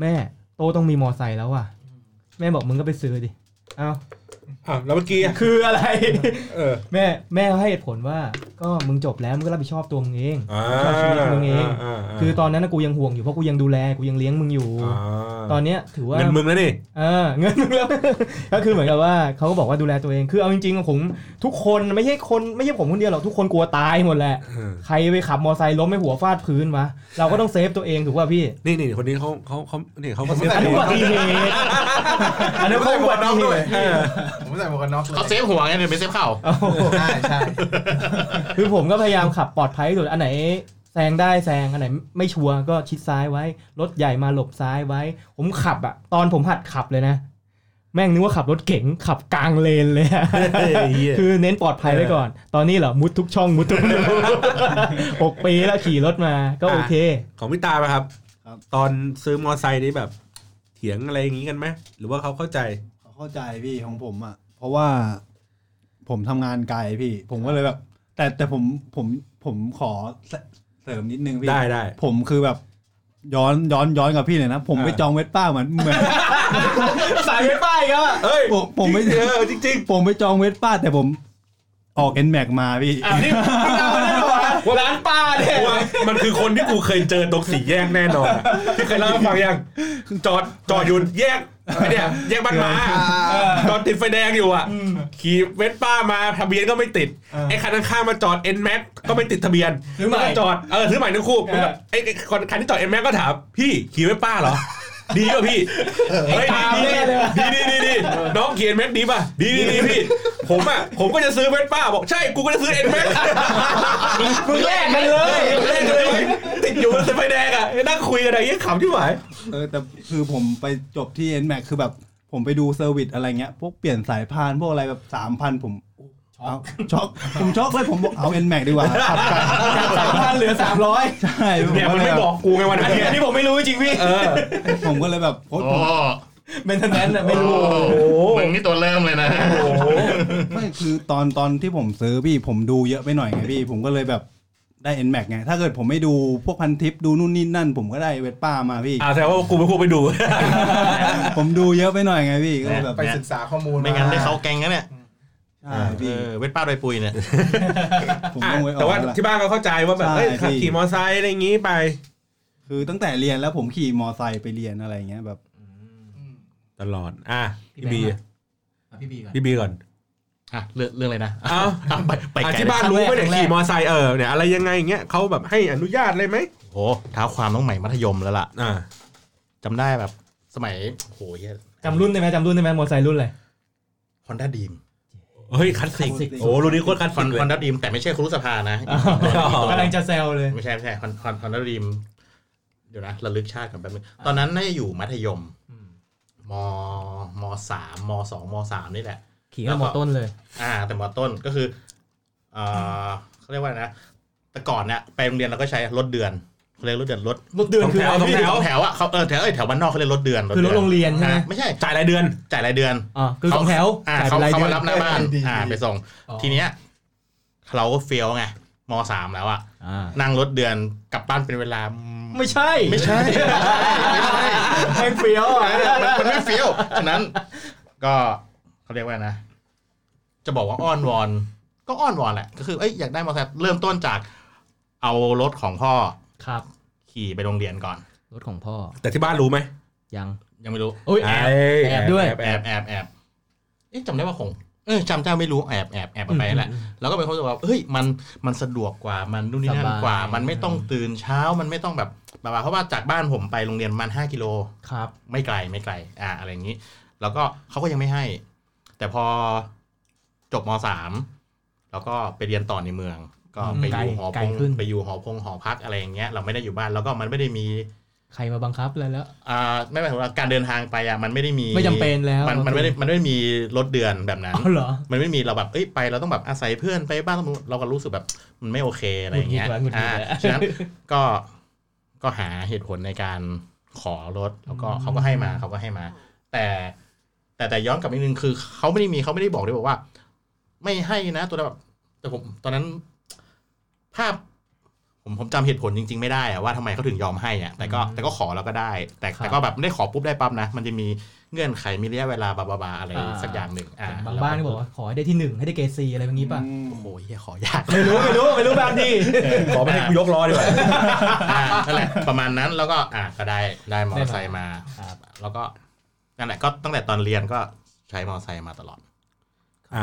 B: แม่โตต้องมีมอไซค์แล้วอะ แม่บอกมึงก็ไปซื้อดิ เอา
A: อ้าวแล้วเมื่อกี้อะ
B: คืออะไร
A: เออ
B: แม่แม่ให้เหตุผลว่า ก็มึงจบแล้วมึงก็รับผิดชอบตัวมึงเอง
A: อ่า
B: ชอบชีวิตมึงเอง
A: าาา
B: คือตอนนั้นนะกูยังห่วงอยู่เพราะกูยังดูแลกูยังเลี้ยงมึงอยู่
A: อ่า
B: ตอนเนี้ยถือว่า
A: เงินมึงแล้วนี่
B: เออเงินมึงแล้ว ก็คือเหมือนกับว่าเขาก็บอกว่าดูแลตัวเอง คือเอาจริงๆผมทุกคนไม่ใช่คนไม่ใช่ผมคนเดียวหรอกทุกคนกลัวตายหมดแหละ
A: เออ
B: ใครไปขับมอไซค์ล้มไม่หัวฟาดพื้นวะเราก็ต้องเซฟตัวเองถูกป่ะพี่
A: นี่นี่คนนี้เขาเขาเขาเนี่ยเขาก็เซฟ
B: อันนี้
A: ตัว
B: อุบัติเหตุอันนี้เขาอุบัติเหตุ
C: ผมใส่หมวกกันน็อกเลย
D: เขาเซฟหัวไงเนี่ยไม่เซฟเข่า
C: ใช่ใช่
B: คือผมก็พยายามขับปลอดภัยที่สุดอันไหนแซงได้แซงอันไหนไม่ชัวร์ก็ชิดซ้ายไว้ รถใหญ่มาหลบซ้ายไว้ ผมขับอะตอนผมหัดขับเลยนะ แม่งนึกว่าขับรถเก๋งขับกลางเลนเลยอะ
A: เฮ้ยเหี้ย
B: คือเน้นปลอดภัยไว้ก่อน ตอนนี้เหรอมุดทุกช่องมุดทุกรู หกปีแล้วขี่รถมาก็โอเค
A: ของพี่ตาป่ะครับ
E: ครับ
A: ตอนซื้อมอไซค์นี่แบบ เถียงอะไรอย่างงี้กันไหมหรือว่าเขาเข้าใจ
E: เข้าใจพี่ของผมอ่ะ เพราะว่าผมทำงานไกลพี่ ผมก็เลยแบบ แต่แต่ผมผมผมขอเสเสริมนิดนึงพี่
A: ได้ได้
E: ผมคือแบบย้อนย้อนย้อนกับพี่เลยนะ ผม
A: อ่า
E: ไปจองเวสป้าเหมือนเหมือน
B: สายไม่ป้ายก็
A: เอ้ย
E: ผมผมไม่
A: เออจริง
E: ผมไปจองเวสป้า แต่ผมออกเอ็นแม็กมาพี่
D: อ่ะนี่
B: ร้านป้าเนี่ย
A: ๆว่ามันคือคนที่กูเคยเจอตรงสี่แยกแน่นอนที่เคยเล่าให้ฟังยังจอดจอดอยู่แยกไอ้เนี่ยแยกบ้านหมาจอดติดไฟแดงอยู่อ่ะขี่เวสป้ามาทะเบียนก็ไม่ติดไอ้คันข้างๆมาจอดเอ็นแม็กก็ไม่ติดทะเบียน
B: ซื้อใหม่
A: นก็จอดเออซื้อใหม่ทั้งคู่
B: เออ
A: ไอ้ไอ้คนคันที่จอดเอ็นแม็กก็ถามพี่ขี่เวสป้าเหรอ ดีป่ะพี่ เฮ้ย
B: ตาม
A: ดี
B: แน่
A: ดี
B: เลยว่ะ
A: ดีดีดีดีน้องเขียนแม็กดีป่ะ ดีดีดี พี่ ผมอ่ะ ผมก็จะซื้อแม็กป้าบอกใช่ กูก็จะซื้อเอ็นแม็ก
B: มึงแยกกันเลย
A: เล่นกันเลย ติดอยู่บนเส้นไฟแดงอ่ะนั่งคุยกันอะไรเงี้ยขำที่หมาย
E: เออแต่คือผมไปจบที่ Nmax คือแบบผมไปดูเซอร์วิสอะไรเงี้ย พวกเปลี่ยนสายพานพวกอะไรแบบสามพันผมช็อกช็อกผมช็อกเลยผมบอกเอา Nmax ดีกว่าขับไป
B: สามพันเหลือสามร้อย
E: ใช่ผม
A: เนี่ย
E: ก็
A: มัน
E: เลย
A: ไม่
E: แบบ
A: บอกกูไงวันนั้น
B: อันนี้ผมไม่รู้จริงพี่
A: เออ
E: ผมก็เลยแบบโพส
D: โอ้
E: ต์ผม
B: เมนเทนแนนซ์ไม่รู้
A: โอ้โห
D: มึงนี่ตัวเริ่มเลยนะ
E: ไม่คือตอนตอนที่ผมซื้อพี่ผมดูเยอะไปหน่อยไงพี่ ผมก็เลยแบบได้ Nmax ไง ถ้าเกิดผมไม่ดูพวกพันทิปดูนู่นนี่นั่น ผมก็ได้เวทป้ามาพี่
A: อ่าแต่ว่ากูไม่ควรไปดู
E: ผมดูเยอะไปหน่อยไงพี่ก็เลยแบบ
C: ไปศึกษาข้อมูล
D: ไม่งั้นได้เขาแกงกันเนี่ย
E: ใช่
D: เอ
E: พี่
D: อเวทป้าโดยปุยเนี่ย
E: ผม
A: อ่ะ
E: ต้องไว้อ
A: แต่
E: อก
A: ว่า
E: แล้วล่ะ
A: ที่บ้านก็เข้าใจว่าแบบ
E: ใช่
A: เอ้ยขับ
E: พี่
A: ขี่มอไซค์อะไรอย่างงี้ไป
E: คือตั้งแต่เรียนแล้วผมขี่มอไซค์ไปเรียนอะไรเงี้ยแบบ
C: อืม
A: ตลอด อ่ะพี่บี
B: พี่แบงค์
D: พี่บีก่อน
A: พี่บีก่อน
D: อ่ะเรื่องเรื่องอะไรนะ
A: เอ้า
D: ะไปไป
A: อ่ะ
D: ไกล
A: ที่บ้านรู้ไหมเนี่ยขี่มอไซค์เออเนี่ยอะไรยังไงอย่างเงี้ยเขาแบบให้อนุญาตเลยไหม
D: โอ้ท้าความต้องใหม่มัธยมแล้วล่ะ
A: อ่า
D: จำได้แบบสมัยโหเหี้ย
B: จำรุ่นได้ไหมจำรุ่นได้ไหมมอไซค์รุ่นอะไร
D: ฮอนด้าดีม
A: เฮ้ยคลาสสิก
E: คลาสสิก
A: โอ้รุ่นนี้โคตรคลาส
D: ฮ
A: สิกเลย
D: อนด้าดีมแต่ไม่ใช่ครุสภานะ
B: อ๋อ กำลังจะแซวเลย
D: ไม่ใช่ไม่ใช่ฮอนฮอนด้าดีมเดี๋ยวนะระลึกชาติกันแป๊บนึงตอนนั้นน่าจะอยู่มัธยมมมสามมสองมสามนี่แหละ
B: ขี่กับมอต้นเลย
D: อ่าแต่มอต้นก็คือเอ่อเขาเรียกว่าอะไรนะแต่ก่อนเนี่ยไปโรงเรียนเราก็ใช้รถเดือนเขาเรียกรถเดือนรถ
B: รถเดือนคือ
A: สองแถว
B: อะไรพี่
D: สองแถวอ่ะเขาเออแถวเอ้ยแถวบ้านนอกเขาเรียกรถเดือน
B: คือรถโรงเรียนใช่ไหม
D: อ่ะไม่ใช่
A: จ่ายรายเดือน
D: จ่ายรายเดือน
B: อ๋อคือสองแถว
D: อ่า
B: จ่าย
D: เขา
B: เป็นรายเดือ
D: เขามาน รับหน้าบ้าน
C: ดี
D: อ่าไปส่ง
B: อ๋อ
D: ทีเนี้ยเราก็เฟี้ยวไงมสามแล้วอ่ะ
B: อ่า
D: นั่งรถเดือนกลับบ้านเป็นเวลา
F: ไม่ใช่
D: ไม่ใช่
F: แม่งเฟี้ยวอ่ะ
D: มันมันไม่เฟี้ยว ฉะนั้น ก็เขาเรียกว่านะ จะบอกว่าอ้อนวอน ก็อ้อนวอนแหละ ก็คือเอ้ยอยากได้มอเตอร์ไซค์เริ่มต้นจาก เอารถของพ่อ
F: ครับ
D: ขี่ไปโรงเรียนก่อน
F: รถของพ่อ
A: แต่ที่บ้านรู้ไหม
F: ยัง
D: ยังไม่รู้
F: โอ้ยแอบ
A: เย
F: แอบด้วย
A: แอบ
D: แอ
A: แอบบ
D: แอบแอบเอ๊ะจำได้ว่าคงเออจำเจ้าไม่รู้แอบแอบแอบเอาไปนั่นแหละแล้วก็เป็นคนที่ว่าเฮ้ยมันมันสะดวกกว่ามันนู่นนี่นั่
F: ส
D: น
F: บาย
D: กว่า มันไม่ต้องตื่นเช้ามันไม่ต้องแบบบาๆเพราะว่าจากบ้านผมไปโรงเรียนประมันห้ากิโล
F: ครับ
D: ไม่ไกลไม่ไกล อ่า อะไรอย่างนี้ แล้วก็เขาก็ยังไม่ให้ แต่พอจบมสามแล้วก็ไปเรียนต่อในเมือง ก็
F: อืม
D: ไป
F: ไกล
D: อยู่หอ
F: ไกล
D: พง
F: ขึ้น
D: ไปอยู่หอพงหอพักอะไรอย่างเงี้ย เราไม่ได้อยู่บ้านแล้วก็มันไม่ได้มี
F: ใครมาบังคับเลยแล้ว
D: อ่าไม่หมายถึงว่าการเดินทางไปอ่ะมันไม่ได้มี
F: ไม่จำเป็นแล้ว
D: มันมันไม่ได้มันไม่ได้มีรถเดือนแบบนั้น
F: อ๋อเหรอ
D: มันไม่มีเราแบบเอ้ยไปเราต้องแบบอาศัยเพื่อนไปบ้านต้องเราก็รู้สึกแบบมันไม่โอเคอะไรอย่างเงี้ย
F: หงุดหงิดว่ะหงุดหงิด
D: อ่า
F: ว่ะ
D: ฉะนั้น ก็ก็หาเหตุผลในการขอรถแล้วก็เขาก็ให้มาเขาก็ให้มา แต่แต่แต่ย้อนกลับนิดนึงคือเขาไม่ได้มีเขาไม่ได้บอกด้วยบอกว่า ไม่ให้นะตัวแบบแต่ผมตอนนั้น ภาพ ผมผมจำเหตุผลจริง ๆ ไม่ได้อะว่าทำไมเขาถึงยอมให้อะแต่ก็แต่ก็ขอแล้วก็ได้ แต่แต่ก็แบบไม่ได้ขอปุ๊บได้ปั๊บนะมันจะมีเงื่อนไขมีระยะเวลาบาบาบาอะไรสักอย่างหนึ่งอ่า
F: บางบ้านก็บอกว่าขอให้ได้ที่หนึ่งให้ได้เกรดซีอะไรแบบนี้ป่ะ
E: อืม
D: โอ้ยขอยาก
F: ไม่รู้ไม่รู้ไม่รู้บางที
A: ขอไม่ให้กูยกล้อดีกว่า
D: อ่านั่นแหละประมาณนั้นแล้วก็อ่ะก็ได้ได้มอเตอร์ไซค์มา
F: ครับ
D: แล้วก็นั่นแหละก็ตั้งแต่ตอนเรียนก็ใช้มอเตอร์ไซค์มาตลอด
A: อ่ะ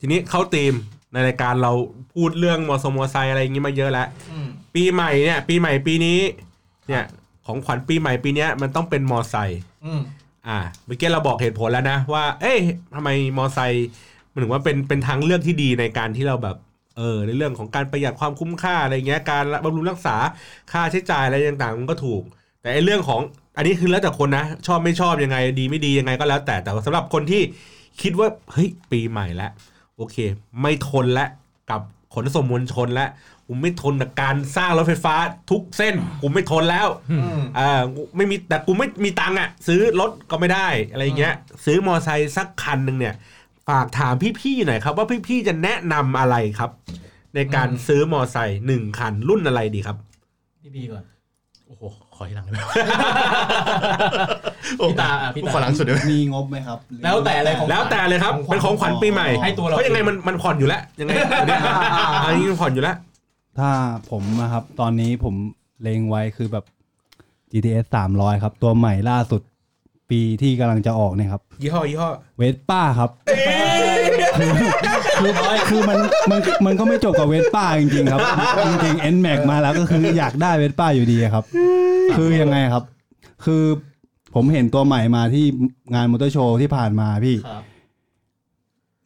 A: ทีนี้เข้าธีมในรายการเราพูดเรื่องมอสมอไซค์อะไรอย่างงี้มาเยอะแล้ว
C: อืม
A: ปีใหม่เนี่ย ปีใหม่ปีนี้ เนี่ยของขวัญปีใหม่ปีเนี้ยมันต้องเป็นมอไซค์
C: อืม
A: อ่ะเมื่อกี้เราบอกเหตุผลแล้วนะว่า เอ้ยทำไมมอไซค์มันถึงว่าเป็นเป็นทางเลือกที่ดีในการที่เราแบบเออในเรื่องของการประหยัดความคุ้มค่าอะไรเงี้ยการบำรุงรักษาค่าใช้จ่ายอะไรต่างๆมันก็ถูก แต่ไอ้เรื่องของอันนี้คือแล้วแต่คนนะ ชอบไม่ชอบยังไงดีไม่ดียังไงก็แล้ว แต่แต่ว่าสำหรับคนที่คิดว่าเฮ้ยปีใหม่แล้วโอเค ไม่ทนแล้วกับขนส่งมวลชนแล้วผมไม่ทนกับการสร้างรถไฟฟ้าทุกเส้นผมไม่ทนแล้ว
C: อืม
A: อ่ากูไม่มีแต่กูไม่มีตังค์อ่ะ ซื้อรถก็ไม่ได้อะไรอย่างเงี้ย ซื้อมอไซค์สักคันหนึ่งเนี่ย ฝากถามพี่ๆหน่อยครับ ว่าพี่ๆจะแนะนำอะไรครับ ในการซื้อมอไซค์หนึ่งคันรุ่นอะไรดีครับ
F: พี่บีก่อน
D: โอ้โหขอที่หลังได้ไหมโอ้
F: พี่ตาอ่ะพี่ตา
D: กูขอหลังสุดเลย
E: มีงบไหมครับหรือ
F: แล้วแต่เลยของ
A: แล้วแต่เลยครับ
F: ของขวัญ
A: เป็นของขวัญปีใหม่
F: ให้ตัวเรา
A: เพราะยังไงมันมันผ่อนอยู่แล้วยังไงอันเนี้ย อันนี้มันผ่อนอยู่แล้ว
E: ถ้าผมนะครับ ตอนนี้ผมเลงไว้คือแบบ GTS 300 ครับ ตัวใหม่ล่าสุดปีที่กำลังจะออกเนี่ยครับ
A: ยี่ห้อยี่ห้อ
E: เวสป้าครับ คือคือมันมันมันก็ไม่จบกับเวสป้าจริงๆครับ จริงๆ n m a x มาแล้วก็คืออยากได้เวสป้าอยู่ดีครับ คือยังไงครับ คือผมเห็นตัวใหม่มาที่งานมอเตอร์โชว์ที่ผ่านมาพี่
F: ครับ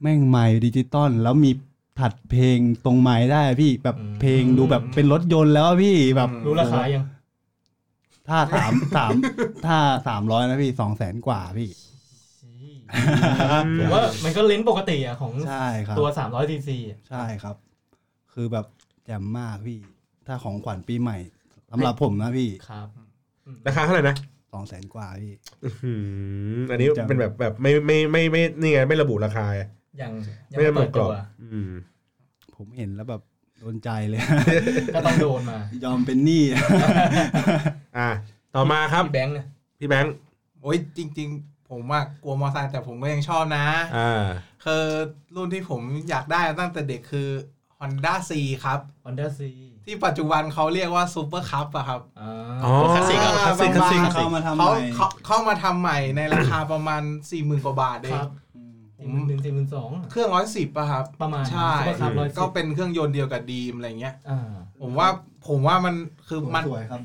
E: แม่งไมค์ดิจิตอลแล้วมีถัดเพลงตรงไมค์ได้พี่แบบ
F: อืม
E: เพลงดูแบบเป็นรถยนต์แล้วอะพี่แบบ
F: รู้ราคายัง
E: ถ้าสามสามถ้าสามร้อยนะพี่สองแสนกว่าพี่
F: ผมว่ามันก็เลนส์ปกติอ่ะของ
E: ใช่ครับ
F: ตัว300ซีซี
E: ใช่ครับ คือแบบแจ่มมากพี่ ถ้าของขวัญปีใหม่สำหรับผมนะพี่
F: ครับ
A: ราคาเท่าไหร่นะ
E: สองแสนกว่าพี่
A: อื้อหืออันนี้เป็นแบบแบบไม่ไม่ไม่ไม่นี่ไงไม่ระบุราคาไง
F: ยังยัง
A: ไม่
F: ไม่
A: ระบุ
F: เปิด
A: กรอ
F: ตั
A: บ
F: ว
A: อืม
E: ผมเห็นแล้วแบบโดนใจเลย
F: ก็ต้องโดนมาย
E: อมเป็นหนี้
A: อ่ะต่อมาครับ
F: พี่แบงค์เนี่ย
A: พี่แบงค์
C: โอ้ยจริง ๆ ผมอะกลัวมอเตอร์ไซค์แต่ผมก็ยังชอบนะ
A: อ่า
C: คือรุ่นที่ผมอยากได้ตั้งแต่เด็กคือ Honda C ครับ
F: ฮอนด้าซี
C: ที่ปัจจุบันเขาเรียกว่าซูเปอร์คัพอะครับ
F: อ๋อ
A: อ๋อ
D: ตัวคลาสสิกอะคลาสสิกคลาสสิก
E: เข้ามาทำ
C: เขา
E: ใหม่
C: เขาเข้ามาทำใหม่ในราคา ประมาณ 4 0,000 กว่าบาทเอ
F: ค
C: ง
F: รับ
E: อืม
F: สี่หมื่นหนึ่งสี่หมื่นสอง
C: เครื่องร้อยสิบป่ะครับ
F: ประมาณ
C: ใช่
F: ซุปเปอร์คัพร้อยสิบ
C: ก็เป็นเครื่องยนต์เดียวกับดีมอะไรเงี้ย
F: อ่า
C: ผมว่าผมว่ามันคือมัน
E: สวยครับ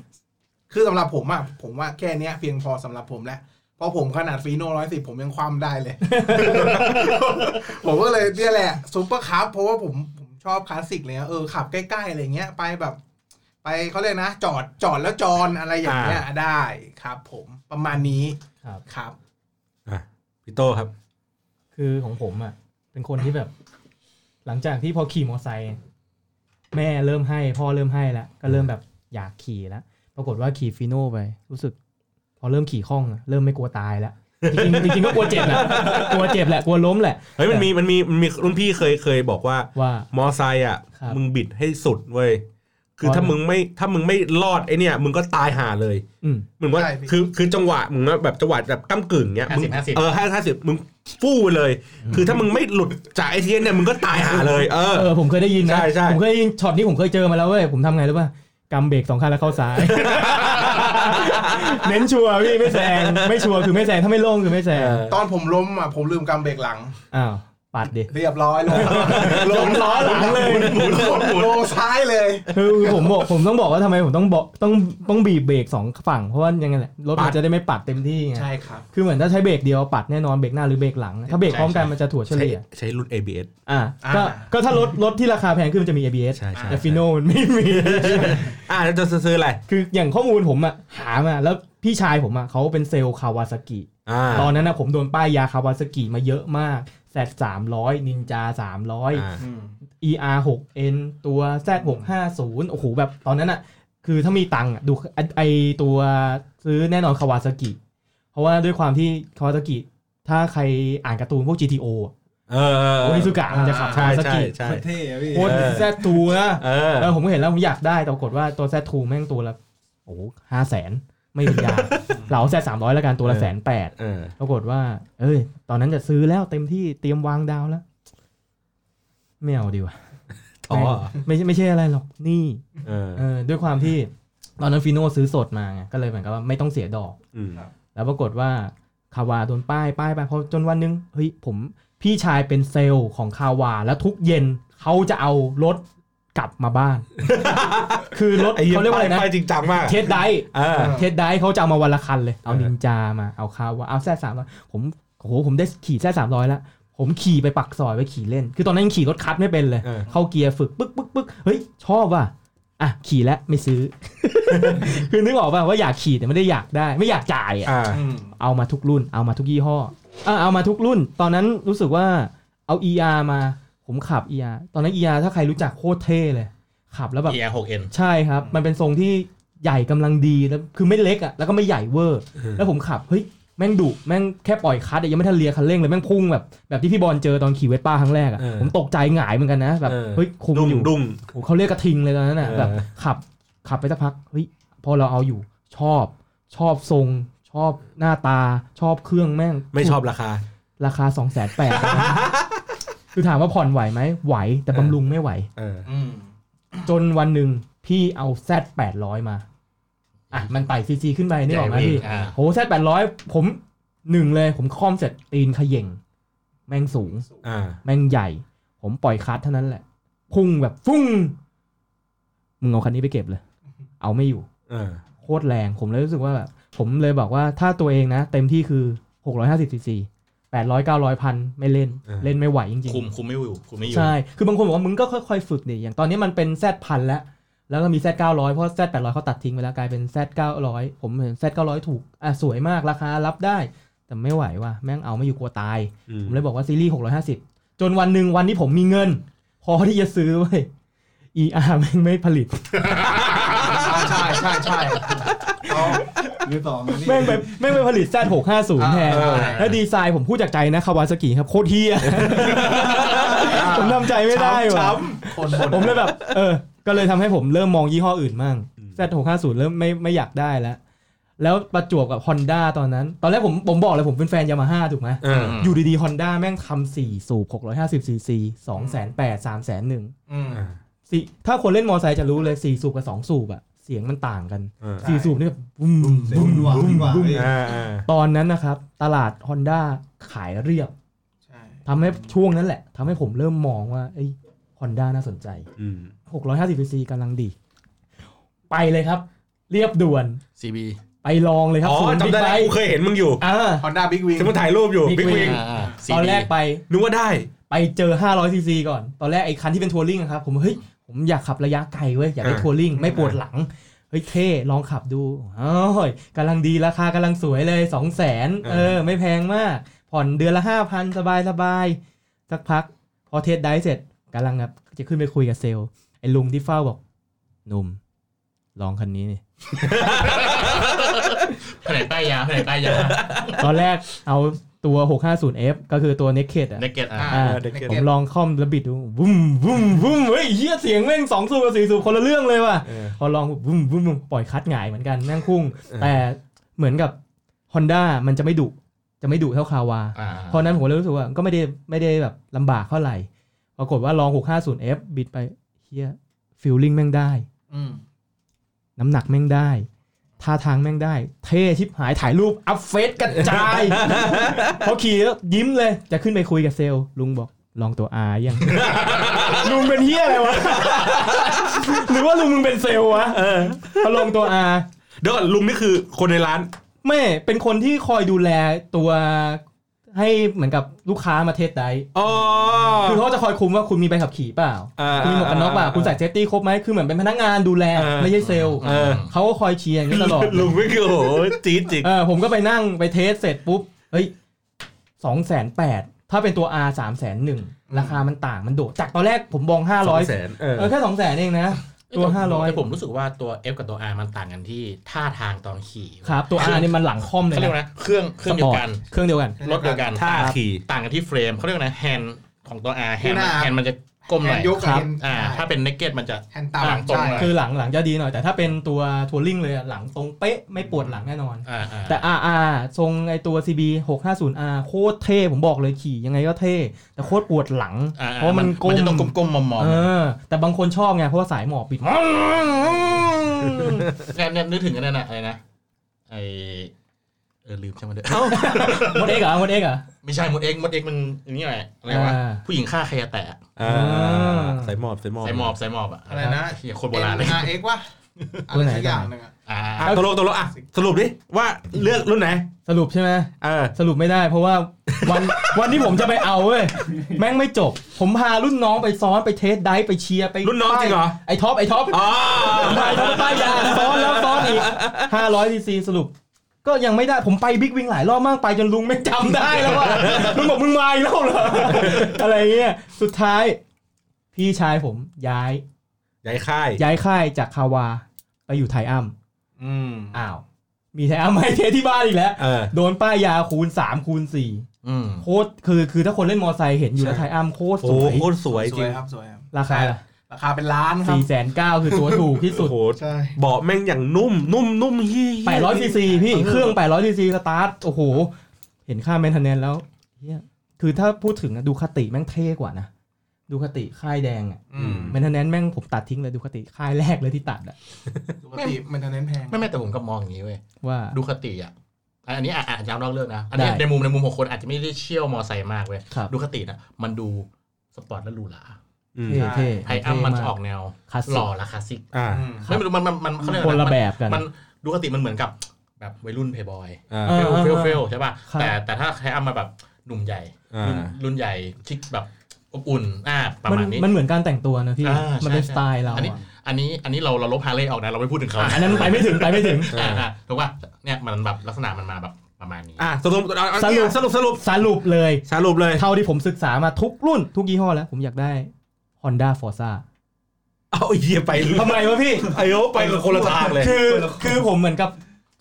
C: คือสำหรับผมอะผมว่าแค่เนี้ยเพียงพอสำหรับผมแล้วเพราะผมขนาดฟีโน่ร้อยสิบผมยังคว่ำได้เลย ผมก็เลยเนี่ยแหละซูเปอร์คัพเพราะว่าผมผมชอบคลาสสิกเลยนะเออขับใกล้ๆอะไรเงี้ยไปแบบ ไปเขาเลยกนะ จอดจอดแล้วจอนอะไรอย่างเงี้ยได้ครับ ผมประมาณนี้
F: ครับ
C: ครับ
A: อ่ะพี่โตครับ
F: คือของผมอ่ะ เป็นคนที่แบบ หลังจากที่พอขี่มอไซค์แม่เริ่มให้ พ่อเริ่มให้แล้วก็เริ่มแบบอยากขี่แล้วปรากฏว่าขี่ฟีโน่ไป รู้สึก พอเริ่มขี่คล่องอะเริ่มไม่กลัวตายแล้วจริงๆจริงๆก็กลัวเจ็บแหละกลัวเจ็บแหละกลัวล้มแหละ
A: เฮ้ยมันมีมันมีมันมีรุ่นพี่เคยเคยบอกว่า
F: ว่า
A: มอไซค์อ่ะ
F: ครับ
A: มึงบิดให้สุดเว้ย คือถ้ามึงไม่ถ้ามึงไม่รอดไอเนี่ยมึงก็ตายห่าเลย
B: อืม
A: มึงว่า
C: ใช่พี่
A: คือคือจังหวะมึงว่าแบบจังหวะแบบก้ากึ่งเนี้ยมึง
D: 50-50
A: เออห้าห้าสิบมึงฟู่ไปเลย คือถ้ามึงไม่หลุดจากไอเทียนเนี่ยมึงก็ตายห่าเลย เออ
B: เออผมเคยได้ยินนะ
A: ใช่ใช่
B: ผมเคยได้ยินช็อตนี้ผมเคยเจอมาแล้วเว้ยผมทำไงรู้ป่ะกำเบรกสองคันแล้วเข้า ซ้าย เน้นชัวร์พี่ไม่แซงไม่ชัวร์คือไม่แซงถ้าไม่โล่งคือไม่แซง
C: ตอนผมล้มอ่ะผมลืมกำเบรกหลัง
B: อ้าวปัดดิ
C: เรียบร้อยลง ลงล้อหลังเลยหมุนลงซ้ายเลย
B: คือผมบอกผมต้องบอกว่าทำไมผมต้องบอกต้องต้องบีบเบรกสองฝั่งเพราะว่ายังไงแหละรถมันจะได้ไม่ปัดเต็มที่ไง
C: ใช่ครับ
B: คือเหมือนถ้าใช้เบรกเดียวปัดแน่นอนเบรกหน้าหรือเบรกหลังถ้าเบรกพร้อมกันมันจะถั่วเฉ
A: ใช้
B: ลี่ย
A: ใช้รุ่น ABS
B: อ่าก็
C: อ่า
B: ก็ถ้ารถรถที่ราคาแพงขึ้นมันจะมี ABS
A: ใช่ใช่
B: แต่ฟิโนมันไม่มี
A: อ่าแล้วจะซื้ออะไร
B: คืออย่างข้อมูลผมอะหามาแล้วพี่ชายผมอะเขาเป็นเซลล์คาวาซากิ
A: อ่า
B: ตอนนั้นอะผมโดนป้ายยาคาวาซากิมาเยอะมากแซดสามร้อยนินจาสามร้อย
A: อ่า
B: เออาร์หกเอ็นตัวแซดหกห้าศูนย์โอ้โหแบบตอนนั้นอะคือถ้ามีตังค์อะดูไอไอตัวซื้อแน่นอนคาวาซากิเพราะว่าด้วยความที่คาวาซากิถ้าใครอ่านการ์ตูนพวก GTO อะ
A: เออเออเอ
B: โอ
A: อ
B: นิสุกะมันจะขับคา
A: ใช่
B: วาซา
A: ใช่
B: กิ
A: ใช่
E: เท่อะพี่
B: โคตรแซดทูนะ
A: เออ
B: เออผมก็เห็นแล้วผมอยากได้แต่ปรากฏว่าตัวแซทูแม่งตัวละโอ้ห้าแสนไม่มี ยา เราแซสามร้อยแล้วกันตัวละ
A: เออ
B: แสนแปด
A: เออ
B: ปรากฏว่า เอ้ย ตอนนั้นจะซื้อแล้วเต็มที่เตรียมวางดาวแล้วไม่เอาดี กว่า
A: อ๋อ
B: ไม่ใช่ไม่ใช่อะไรหรอกหนี่
A: เออ
B: เออด้วยความที่ตอนนั้นฟิโนซื้อสดมาไงก็เลยเหมือนกับว่าไม่ต้องเสียดอก
A: อืม
B: แล้วปรากฏว่าคาวาโดนป้ายป้ายไปพอจนวันหนึงเฮ้ยผมพี่ชายเป็นเซลล์ของคาวาแล้วทุกเย็นเขาจะเอารถกลับมา บ้าน คือรถเขาเรียกว่าอะไรนะ
A: ปจริงจังมาก
B: เทสไดฟ์
A: เออ
B: เทสไดฟ์เขาจะเอามาวันละคันเลย เอา
A: เออ
B: นินจามาเอาคาวาเอาแซ่สามร้อยผมโอ้โหผมได้ขี่แซ่สามร้อยละผมขี่ไปปักซอยไปขี่เล่น คือตอนนั้นยังขี่รถคัดไม่เป็นเลย
A: เออ
B: เข้าเกียร์ฝึกปึ๊กปึ๊กปึ๊กเฮ้ย ชอบว่ะอ่ะขี่แล้วไม่ซื้อ คือนึกออกป่ะว่าอยากขี่แต่ไม่ได้อยากได้ ไม่อยากจ่ายอ่ะ
A: อ่า
C: อืม
B: เอามาทุกรุ่น เอามาทุกยี่ห้อเออเอามาทุกรุ่น ตอนนั้นรู้สึกว่าเอา ER มา ผมขับ ER ตอนนั้น ER ถ้าใครรู้จักโคตรเท่เลย ขับแล้วแบบ
D: เอหกเอ็น
B: ใช่ครับ มันเป็นทรงที่ใหญ่กำลังดีแล้วคือไม่เล็กอะ่ะ แล้วก็ไม่ใหญ่เวอร์
A: อืม
B: แล้วผมขับ เฮ้ย แม่งดุ แม่งแค่ปล่อยคลัสยังไม่ทันเลียคันเร่งเลย แม่งพุ่งแบบ แบบที่พี่บอลเจอตอนขี่เวสป้าครั้งแรก
A: เออ
B: อะ่ะ ผมตกใจหงายเหมือนกันนะ แบบ
A: เออ
B: เฮ้ย คุม
A: ดุ้ง
B: อยู่
A: ดุ้ง
B: โอ้โหเขาเรียกกระทิงเลยตอนนั้นน่ะ
A: เออ
B: แบบขับขับไปสักพักเฮ้ยพอเราเอาอยู่ชอบชอบทรง ชอบหน้าตาชอบเครื่องแม่ง
A: ไม่ชอบราคา
B: ราคาสองแสนแปด คือถามว่าผ่อนไหวไหมไหว แต่บำรุงไม่ไหว
A: เออ
C: อืม
B: จนวันหนึ่งพี่เอาแซดแปดร้อยมา อ่ะ มันไต่ซีซีขึ้นไปนี่ออกไหมพี่
D: อ่า
B: โหแซดแปดร้อยผมหนึ่งเลย ผมคล่อมเสร็จตีนเขย่ง แม่งสูง
A: อ่า
B: แม่งใหญ่ ผมปล่อยคัสเท่านั้นแหละ พุ่งแบบฟุ้ง มึงเอาคันนี้ไปเก็บเลย เอาไม่อยู่
A: เออ
B: โคตรแรง ผมเลยรู้สึกว่าแบบ ผมเลยบอกว่าถ้าตัวเองนะ เต็มที่คือ 650ซีซี800 900พันไม่เล่น
A: เออ
B: เล่นไม่ไหวจริง
D: คุมคุมไม่อยู่คุมไม่อยู่
B: ๆ ใช่ คือบางคนบอกว่า มึงก็ค่อยๆ ฝึกดิอย่างตอนนี้มันเป็นแซดพันแล้ว แล้วก็มีแซด900 เพราะแซด800เขาตัดทิ้งไปแล้วกลายเป็นแซด900 ผมเห็นแซด900ถูก อ่ะสวยมากราคารับได้ แต่ไม่ไหวว่ะแม่งเอาไม่อยู่กลัวตาย
A: อืม
B: ผมเลยบอกว่าซีรีส์ 650 จนวันหนึ่งวันที่ผมมีเงิน พอที่จะซื้อเว้ย ER แม่งไม่ผลิต
C: ใช่ใช่ใช่ใช่เอา
E: มือสองนะพี่
B: แม่งไปแม่งไปผลิต Z650 แทนแล้วดีไซน์ผมพูดจากใจนะคาวาซากิครับ โคตรเฮีย ผมทำใจไม่ได้ว่ะ
C: คน
B: ผ
C: บ
B: ม
C: น
B: เลยแบบ เออ ก็เลยทำให้ผมเริ่มมองยี่ห้ออื่นมั่ง Z650 เริ่มไม่ไม่อยากได้แล้ว แล้วประจวบกับ Honda ตอนนั้น ตอนแรกผมผมบอกเลยผมเป็นแฟนยามาฮ่าถูกไหม
A: เออ
B: อยู่ดีๆ Honda แม่งทำสี่สูบ650 cc 2,800 3,100
C: อืม
B: สิถ้าคนเล่นมอไซค์จะรู้เลยสี่สูบกับสองสูบอะเสียงมันต่างกัน
A: เออ
B: สี่สูบนี่แบบบุ้ม
E: เสียงมันหวานกว่าพี่
A: อ่าอ่า
B: ตอนนั้นนะครับ ตลาด Honda ขายเรียบ
C: ใช่
B: ทำให้ช่วงนั้นแหละทำให้ผมเริ่มมองว่าไอ้ฮอนด้าน่าสนใจ
A: อืม
B: 650ซีซีกำลังดี ไปเลยครับ เรียบด่วน
D: ซีบี
B: ไปลองเลยครับ
A: อ๋อ
B: ศูนย์
A: จำ
B: บิ๊ก
A: ได้
B: ไบ
A: แล้วกูเคยเห็นมึงอยู่
B: อ่า
C: ฮอนด้าบิ๊กวิง
A: ที่มึงถ่ายรูปอยู่
B: Big
A: บิ๊กวิ
B: Wing
A: ง
B: ตอนแรกไป
A: นึกว่าได้
B: ไปเจอ 500ซีซีก่อน ตอนแรกไอ้คันที่เป็นทัวริงอะครับ ผมเฮ้ย ผมอยากขับระยะไกลเว้ย อยากได้
A: อ่า
B: ทัวริงไม่ปวดหลัง เฮ้ยเท่ลองขับดูโอ้ยกำลังดีราคากำลังสวยเลย 2 0 0 0 0นเออ ไม่แพงมาก ผ่อนเดือนละ 5,000 สบายสบายสักพัก พอเทสได้เสร็จกำลังแบบจะขึ้นไปคุยกับเซลล์ ไอ้ลุงที่เฝ้าบอกหนุ่ม ลองคันนี้นี่
D: แผนกป้ายยาแผนกป้ายยา
B: ตอนแรกเอา ตัว 650F ก็คือตัว Naked อ่ะ
D: เนกเก็ตอ่ะ
C: อ่า
A: เด็กเก็ต
B: ผมลองคล่อมระบิดดูวุ้มวุ้มวุ้มเฮ้ยเฮียเสียงแม่งสองสูบกับสี่สูบคนละเรื่องเลยว่ะ
A: เออ
B: พอลองวุ้มวุ้มวุ้มปล่อยคัดหงายเหมือนกันนั่งคุ้ง แต่เหมือนกับ Honda มันจะไม่ดุจะไม่ดุเท่าคาวา
D: อ่า
B: เพราะนั้นผมเลยรู้สึกว่าก็ไม่ได้ไม่ได้แบบลำบากเท่าไหร่ ปรากฏว่าลอง 650F บิดไปเฮียฟิลลิ่งแม่งได้
C: อืม
B: น้ำหนักแม่งได้ ท่าทางแม่งได้ เท่ชิบหายถ่ายรูป อัพเฟซกระจาย พอขี่แล้วยิ้มเลย จะขึ้นไปคุยกับเซลล์ลุงบอกลองตัวอายัง ลุงเป็นเฮียอะไรวะ หรือว่าลุงมึงเป็นเซลล์วะพอลงตัวอา
A: เดี๋ยวก่อนลุงนี่คือคนในร้าน
B: ไม่เป็นคนที่คอยดูแลตัวให้เหมือนกับลูกค้ามาเทสได้
A: อ๋อ
B: คือเขาจะคอยคุมว่าคุณมีใบขับขี่เปล่า
A: อ่า
B: คุณมีหมวกกันน็อกเปล่าคุณใส่เซฟตี้ครบไหมคือเหมือนเป็นพนักงานดูแล
A: เออ
B: ไม่ใช่เซลล์
A: เออ
B: เขาก็คอยเชียร์อย่างนี้ตลอด
A: ลุงไม่คือโหจี๊ดจิก
B: เออผมก็ไปนั่งไปเทสเสร็จปุ๊บ เฮ้ยสองแสนแปดถ้าเป็นตัว R สามแสนหนึ่งราคามันต่างมันโดด จากตอนแรกผมมองห้าร้อย
A: สองแสนเออ
B: เออแค่สองแสนเองนะ ตัวห้าร้อย
D: แต่ผมรู้สึกว่าตัว F กับตัว R มันต่างกันที่ท่าทางตอนขี่
B: ครับ ตัว R นี่มันหลังคอมเลย
D: เขาเรียกว่า
B: นะ
D: นะเครื่องเครื่องเดียวกัน
B: สปร์ตเครื่องเดียวกัน
D: รถเดียวกัน
A: ท่า
D: ครับ
A: ขี่
D: ต่างกันที่เฟรมเขาเรียกว่านะแฮนของตัว R แฮน
C: หน้า
D: แฮนมันจะก้มห
C: แฮ
D: น่
C: น
D: อย
C: ด์ยก
B: ครับ
C: แฮนด์
D: อ่า ถ้าเป็นเนกเก็ตมันจะ
C: แฮนด์ตาม
D: ต่างตรง
C: ใช่
D: เลย
B: คือหลังหลังจะดีหน่อย แต่ถ้าเป็นตัวทัวริงเลยอะหลังตรงเป๊ะไม่ปวดหลังแน่นอน
D: อ่าอ่า
B: แต่ RR ทรงไอตัว CB 650R โคตรเท่ผมบอกเลยขี่ยังไงก็เท่ แต่โคตรปวดหลัง
D: อ่
B: เพราะมันกล
D: มันจะต้อง
B: ม
D: กลมๆมอง
B: เออ แต่บางคนชอบไงเพราะว่าสายหมอบปิด
D: ๆเนี่ยเนี่ยนึกถึงอันนั้นน่ะอะไรนะไอเออลืมใช่ไหมนเด้อ
B: มดเอกเหรอมดเอกเหรอ
D: ไม่ใช่มดเอ็กมดเอ็กมันอันนี่แหละอะไรวะ
B: อ่า
D: ผู้หญิงฆ่าใครจะแตะ
A: อ่า
B: อ
A: ใส่หมอบใส่หมอบ
D: ใส่หมอบใส่หมอบอะ
C: อะไรนะ
D: เฮียโคนโบราณเลย
C: NRX วะอะ
B: ตั
C: ไร
B: วไหน
C: สักอย่างหนึ่งอะ
D: อ่า
A: อ่ะตกลงตกลงอ่ะสรุปดิว่าเลือกรุ่นไหน
B: สรุปใช่ไหม
A: เออ
B: สรุปไม่ได้ เพราะว่าวัน วันที่ผมจะไปเอาเว้ยแม่งไม่จบ ผมพารุ่นน้องไปซ้อนไปเทสไดฟ์ไปเชียร์ไป
A: รุ่นน้องจริงเหรอ
B: ไอ้ท็อปไอ้ท็อป
A: อ๋อ
B: ไปท็อปไปยาซ้อนแล้วซ้อนอีกห้าร้อยซีซีสรุป ก็ยังไม่ได้ผมไปบิ๊กวิงหลายรอบมากไปจนลุงไม่จำได้แล้วว่าลุงบอกมึงมาอีกแล้วเหรออะไรเงี้ยสุดท้าย พี่ชายผมย้าย
A: ใหญ่ค่าย
B: ย้ายค่ายจากคาวาไปอยู่ไทอัม
A: อืม
B: อ้าว มีไทอัมไม่เทสที่บ้านอีกแล้ว
A: เออ
B: โดนป้ายยาคูณ 3 คูณ
D: อืม
B: 4 โคตรคือคือถ้าคนเล่นมอไซค์เห็นอยู่แล้วไทอัมโคตร
A: โอ้
B: ส
A: โห
B: วย
A: โคตรสวย
C: ส
A: จริ
C: วย
A: ง
C: ครับสวยครับ
B: ราคา
C: ราคาเป็นล้านครับ
B: สี่แสนเก้าคือตัวถูกที่สุ
A: โอ้
B: ด
A: โห
C: ใช่
A: เบาะแม่งอย่างนุ่ม นุ่มนุ่มเฮี้ยเหี้ย
B: 800ซีซีพี่ เครื่อง 800ซีซีสตาร์ท โอ้โห เห็นค่าแมนเทนแนนแล้วเหี้ยคือถ้าพูดถึงอะดูคาติแม่งเท่กว่านะ ดูคาติค่ายแดงอะ
C: อืม
B: แมนเทนแนนแม่งผมตัดทิ้งเลยดูคาติค่ายแรกเลยที่ตัดอะ
C: ปกติมันจะเน้นแพง
D: ไม่ไม่แต่ผมก็มองอย่างนี้เว้ย
B: ว่า
D: ดูคติอ่ะ อันนี้อาจจะย้ำนอกเรื่องนะ อันนี้
B: ได้
D: ในมุมในมุมของคนอาจจะไม่ได้เชี่ยวมอไซค์มากเว้ย
B: ครับ
D: ดูคตินะมันดูสปอร์ตและหรูหรา
A: อืม
B: เท่เท่
D: ไทอัมมันจะออก
B: เท่าก
D: แนว
B: คลาสสิก
D: หล่อและคลาสสิก
A: อ่า
C: อืม
B: ครับ
D: ไม่รู้มันมันมันเขาเรียกอ
B: คนละ
D: ไร
B: แบบกัน
D: มันดูคติมันเหมือนกับแบบวัยรุ่นเพย์บอย
A: อ่า
B: เอ
D: เฟ
B: อ
D: ล
B: เออเออ
D: เฟลเฟลใช่ป่ะ
B: ครับ
D: แต่แต่ถ้าไทอัมมาแบบหนุ่มใหญ่
A: อ่ารุ่
D: รุ่นรุ่นใหญ่ชิคแบบอบอุ่น อ่าประ
B: มัน
D: มาณนี้
B: มันเหมือนการแต่งตัวนะพี่
D: อ่า
B: มันเป็นส
D: ใช่
B: ไตล์เรา
D: อันนี้
B: อะ
D: อันนี้อันนี้เราเราลบฮาร์เลย์ออกนะเราไม่พูดถึงเขา
B: อันนั้นไปไม่ถึงไปไม่ถึง
D: อ่าอ่าถูกป่ะเนี่ยมันแบบลักษณะมันมาแบบประมาณนี้
A: อ่ะสรุปเอาเอา
B: สรุป
A: สรุปสรุป
B: สรุปเลย
A: สรุปเลย
B: เท่าที่ผมศึกษามาทุกรุ่น ทุกยี่ห้อแล้ว ผมอยากได้ Honda Forza
A: เอาไอ้เหี้ยไป
B: ทำไมวะพี่
A: ไอ้โอ้ไปกับคนละทางเลย
B: คือคือผมเหมือนกับ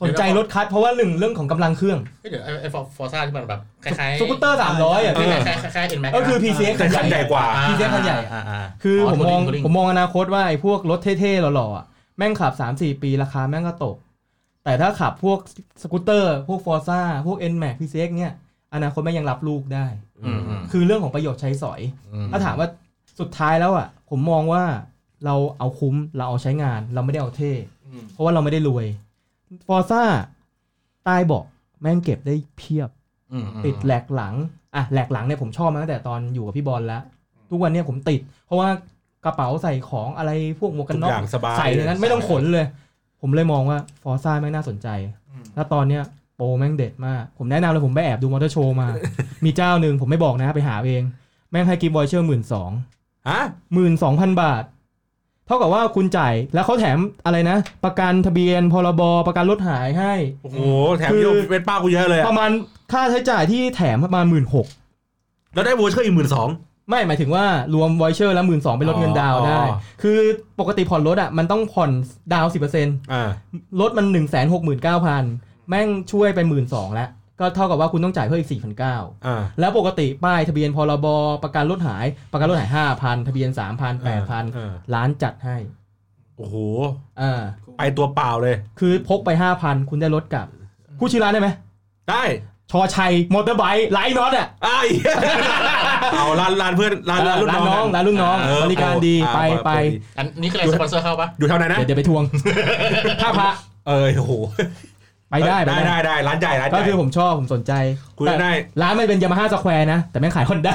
B: สนใจรถคัสเพราะว่าหนึ่งเรื่องของกำลังเครื่อง
D: เฮ้ยเดี๋ยวไอ้ไอ้ฟอร์ซ่าที่มันแบบคล้าย
B: สกูตเตอร์ 300 อ่ะ
D: ค
B: พี่
D: ล้ายๆคล้ายๆคล้ายเอ็นแม็ก
B: ก็คือ PCX
A: แต่คันใหญ่กว่า
B: พี่เจ๊คันใหญ่ คือผมมองผมมองอนาคตว่าไอ้พวกรถเท่ๆหล่อๆอะแม่งขับ 3-4 ปีราคาแม่งก็ตก แต่ถ้าขับพวกสกูตเตอร์ พวก Forza พวก Nmax PCX เนี่ยอนาคตแม่งยังรับลูกได้ คือเรื่องของประโยชน์ใช้สอย ถ้าถามว่าสุดท้ายแล้วอ่ะ ผมมองว่าเราเอาคุ้มเราเอาใช้งานเราไม่ได้เอาเท่
C: อืม
B: เพราะว่าเราไม่ได้รวยฟอร์ซ่าใต้เบาะแม่งเก็บได้เพียบ ติดแหลกหลัง อ่ะแหลกหลังเนี่ยผมชอบมาตั้งแต่ตอนอยู่กับพี่บอลแล้ว ทุกวันเนี่ยผมติด เพราะว่ากระเป๋าใส่ของอะไรพวกหมวกกัน
A: ทุก
B: น็อ
A: อก ย่างสบาย
B: ใส่ในนั้นไม่ต้องขนเลย ผมเลยมองว่าฟอร์ซ่าแม่งน่าสนใจ
C: อืม
B: แล้วตอนเนี้ยโปรแม่งเด็ดมาก ผมแนะนำเลยผมไปแอบดูมอเตอร์โชว์ มา มีเจ้าหนึ่งผมไม่บอกนะไปหาเอง แม่งให้กิฟต์บอยเชอร์หมื่นสอง
A: ฮะ
B: หมื่นสองพันบาท เท่ากับว่าคุณจ่ายแล้วเขาแถมอะไรนะ ประกันทะเบียนพรบประกันรถหายให้
A: โอ้โหแถมโยมเป็นป้ากูเยอะเลยอะ
B: ประมาณค่าใช้จ่ายที่แถมประมาณหมื่นหก
A: แล้วได้โวเชอร์อีกหมื่นสอง
B: ไม่หมายถึงว่ารวมวอยเชอร์แล้วหมื่นสองไปลดเงินดาวน์ได้
A: อ๋อ
B: คือปกติผ่อนรถอ่ะมันต้องผ่อนดาวสิบเปอร์เซ็นต์
A: อ่าร
B: ถมันหนึ่งแสนหกหมื่นเก้าพันแม่งช่วยไปหมื่นสองแล้ว ก็เท่ากับว่าคุณต้องจ่ายเพิ่มอีก 4,900
A: อ่า
B: แล้วปกติป้ายทะเบียนพรบประกันรถหาย ประกันรถหายห้าพันทะเบียนสามพันแปดพัน
A: เออ
B: ร้านจัดให้
A: โอ้โห
B: เออ
A: ไปตัวเปล่าเลย
B: คือพกไปห้าพันคุณได้รถกลับพูดชื่อร้านได้ไหม
A: ได้
B: ชอชัยมอเตอร์ไบค์ไลน์น็อตอ่ะ
A: ไอ้ายเอาร้านร้านเพื่อนร้านร้านรุ่น
B: ร้าน
A: น้
B: น้
A: อ
B: องงร้านรุ่นน้อง
A: เอบ
B: ริการดี
A: อ่
B: ไปไป
D: อันนี้คืออะไรสปอนเซอร์เข้าปะ
A: อยู่เท่าไหนนะ
B: เดี๋ยวเดี๋ยวไป ทวง ท่าพระ
A: เออโอ้โห
B: ไปได้ไป
A: ได้
B: ได้
A: ได้ได้ร้านใหญ่ร้านให
B: ก็
A: ญ่
B: คือผมชอบผมสนใจ
A: คุยกันได้
B: ร้านมันเป็นยามาฮ่าสแควร์นะ แต่ไม่งขายคอนด้า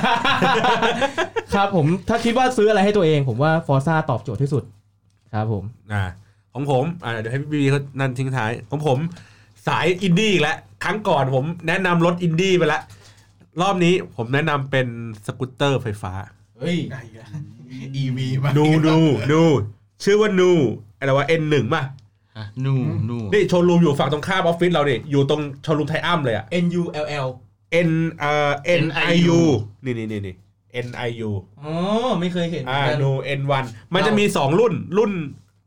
B: ครับผมถ้าคิดว่าซื้ออะไรให้ตัวเองผมว่าฟอร์ซ่าตอบโจทย์ที่สุดครับผม
A: อ่าของผมอ่าเดี๋ยวให้พี่บีเขานั่นทิ้งท้ายของผม สายอินดี้อีกแล้วครั้งก่อนผมแนะนำรถอินดี้ไปแล้วรอบนี้ผมแนะนำเป็นสกูตเตอร์ไฟฟ้า
D: เฮ้ย
C: ไอ้เหี้ย EV มา
A: นูนูนูชื่อว่านูอะไรวะ N1 ป่ะ
D: นูนู
A: นี่โชว์รูมอยู่ฝั่งตรงข้ามออฟฟิศเราเนี่ยอยู่ตรงโชว์รูมไทยอ้ํเลยอะ
B: N U L L
A: N เอ่อ NIU นี่นี่นี่นี่ NIU
B: อ๋อไม่เคยเห็น
A: อ่านู N1 มันจะมี 2 รุ่นรุ่น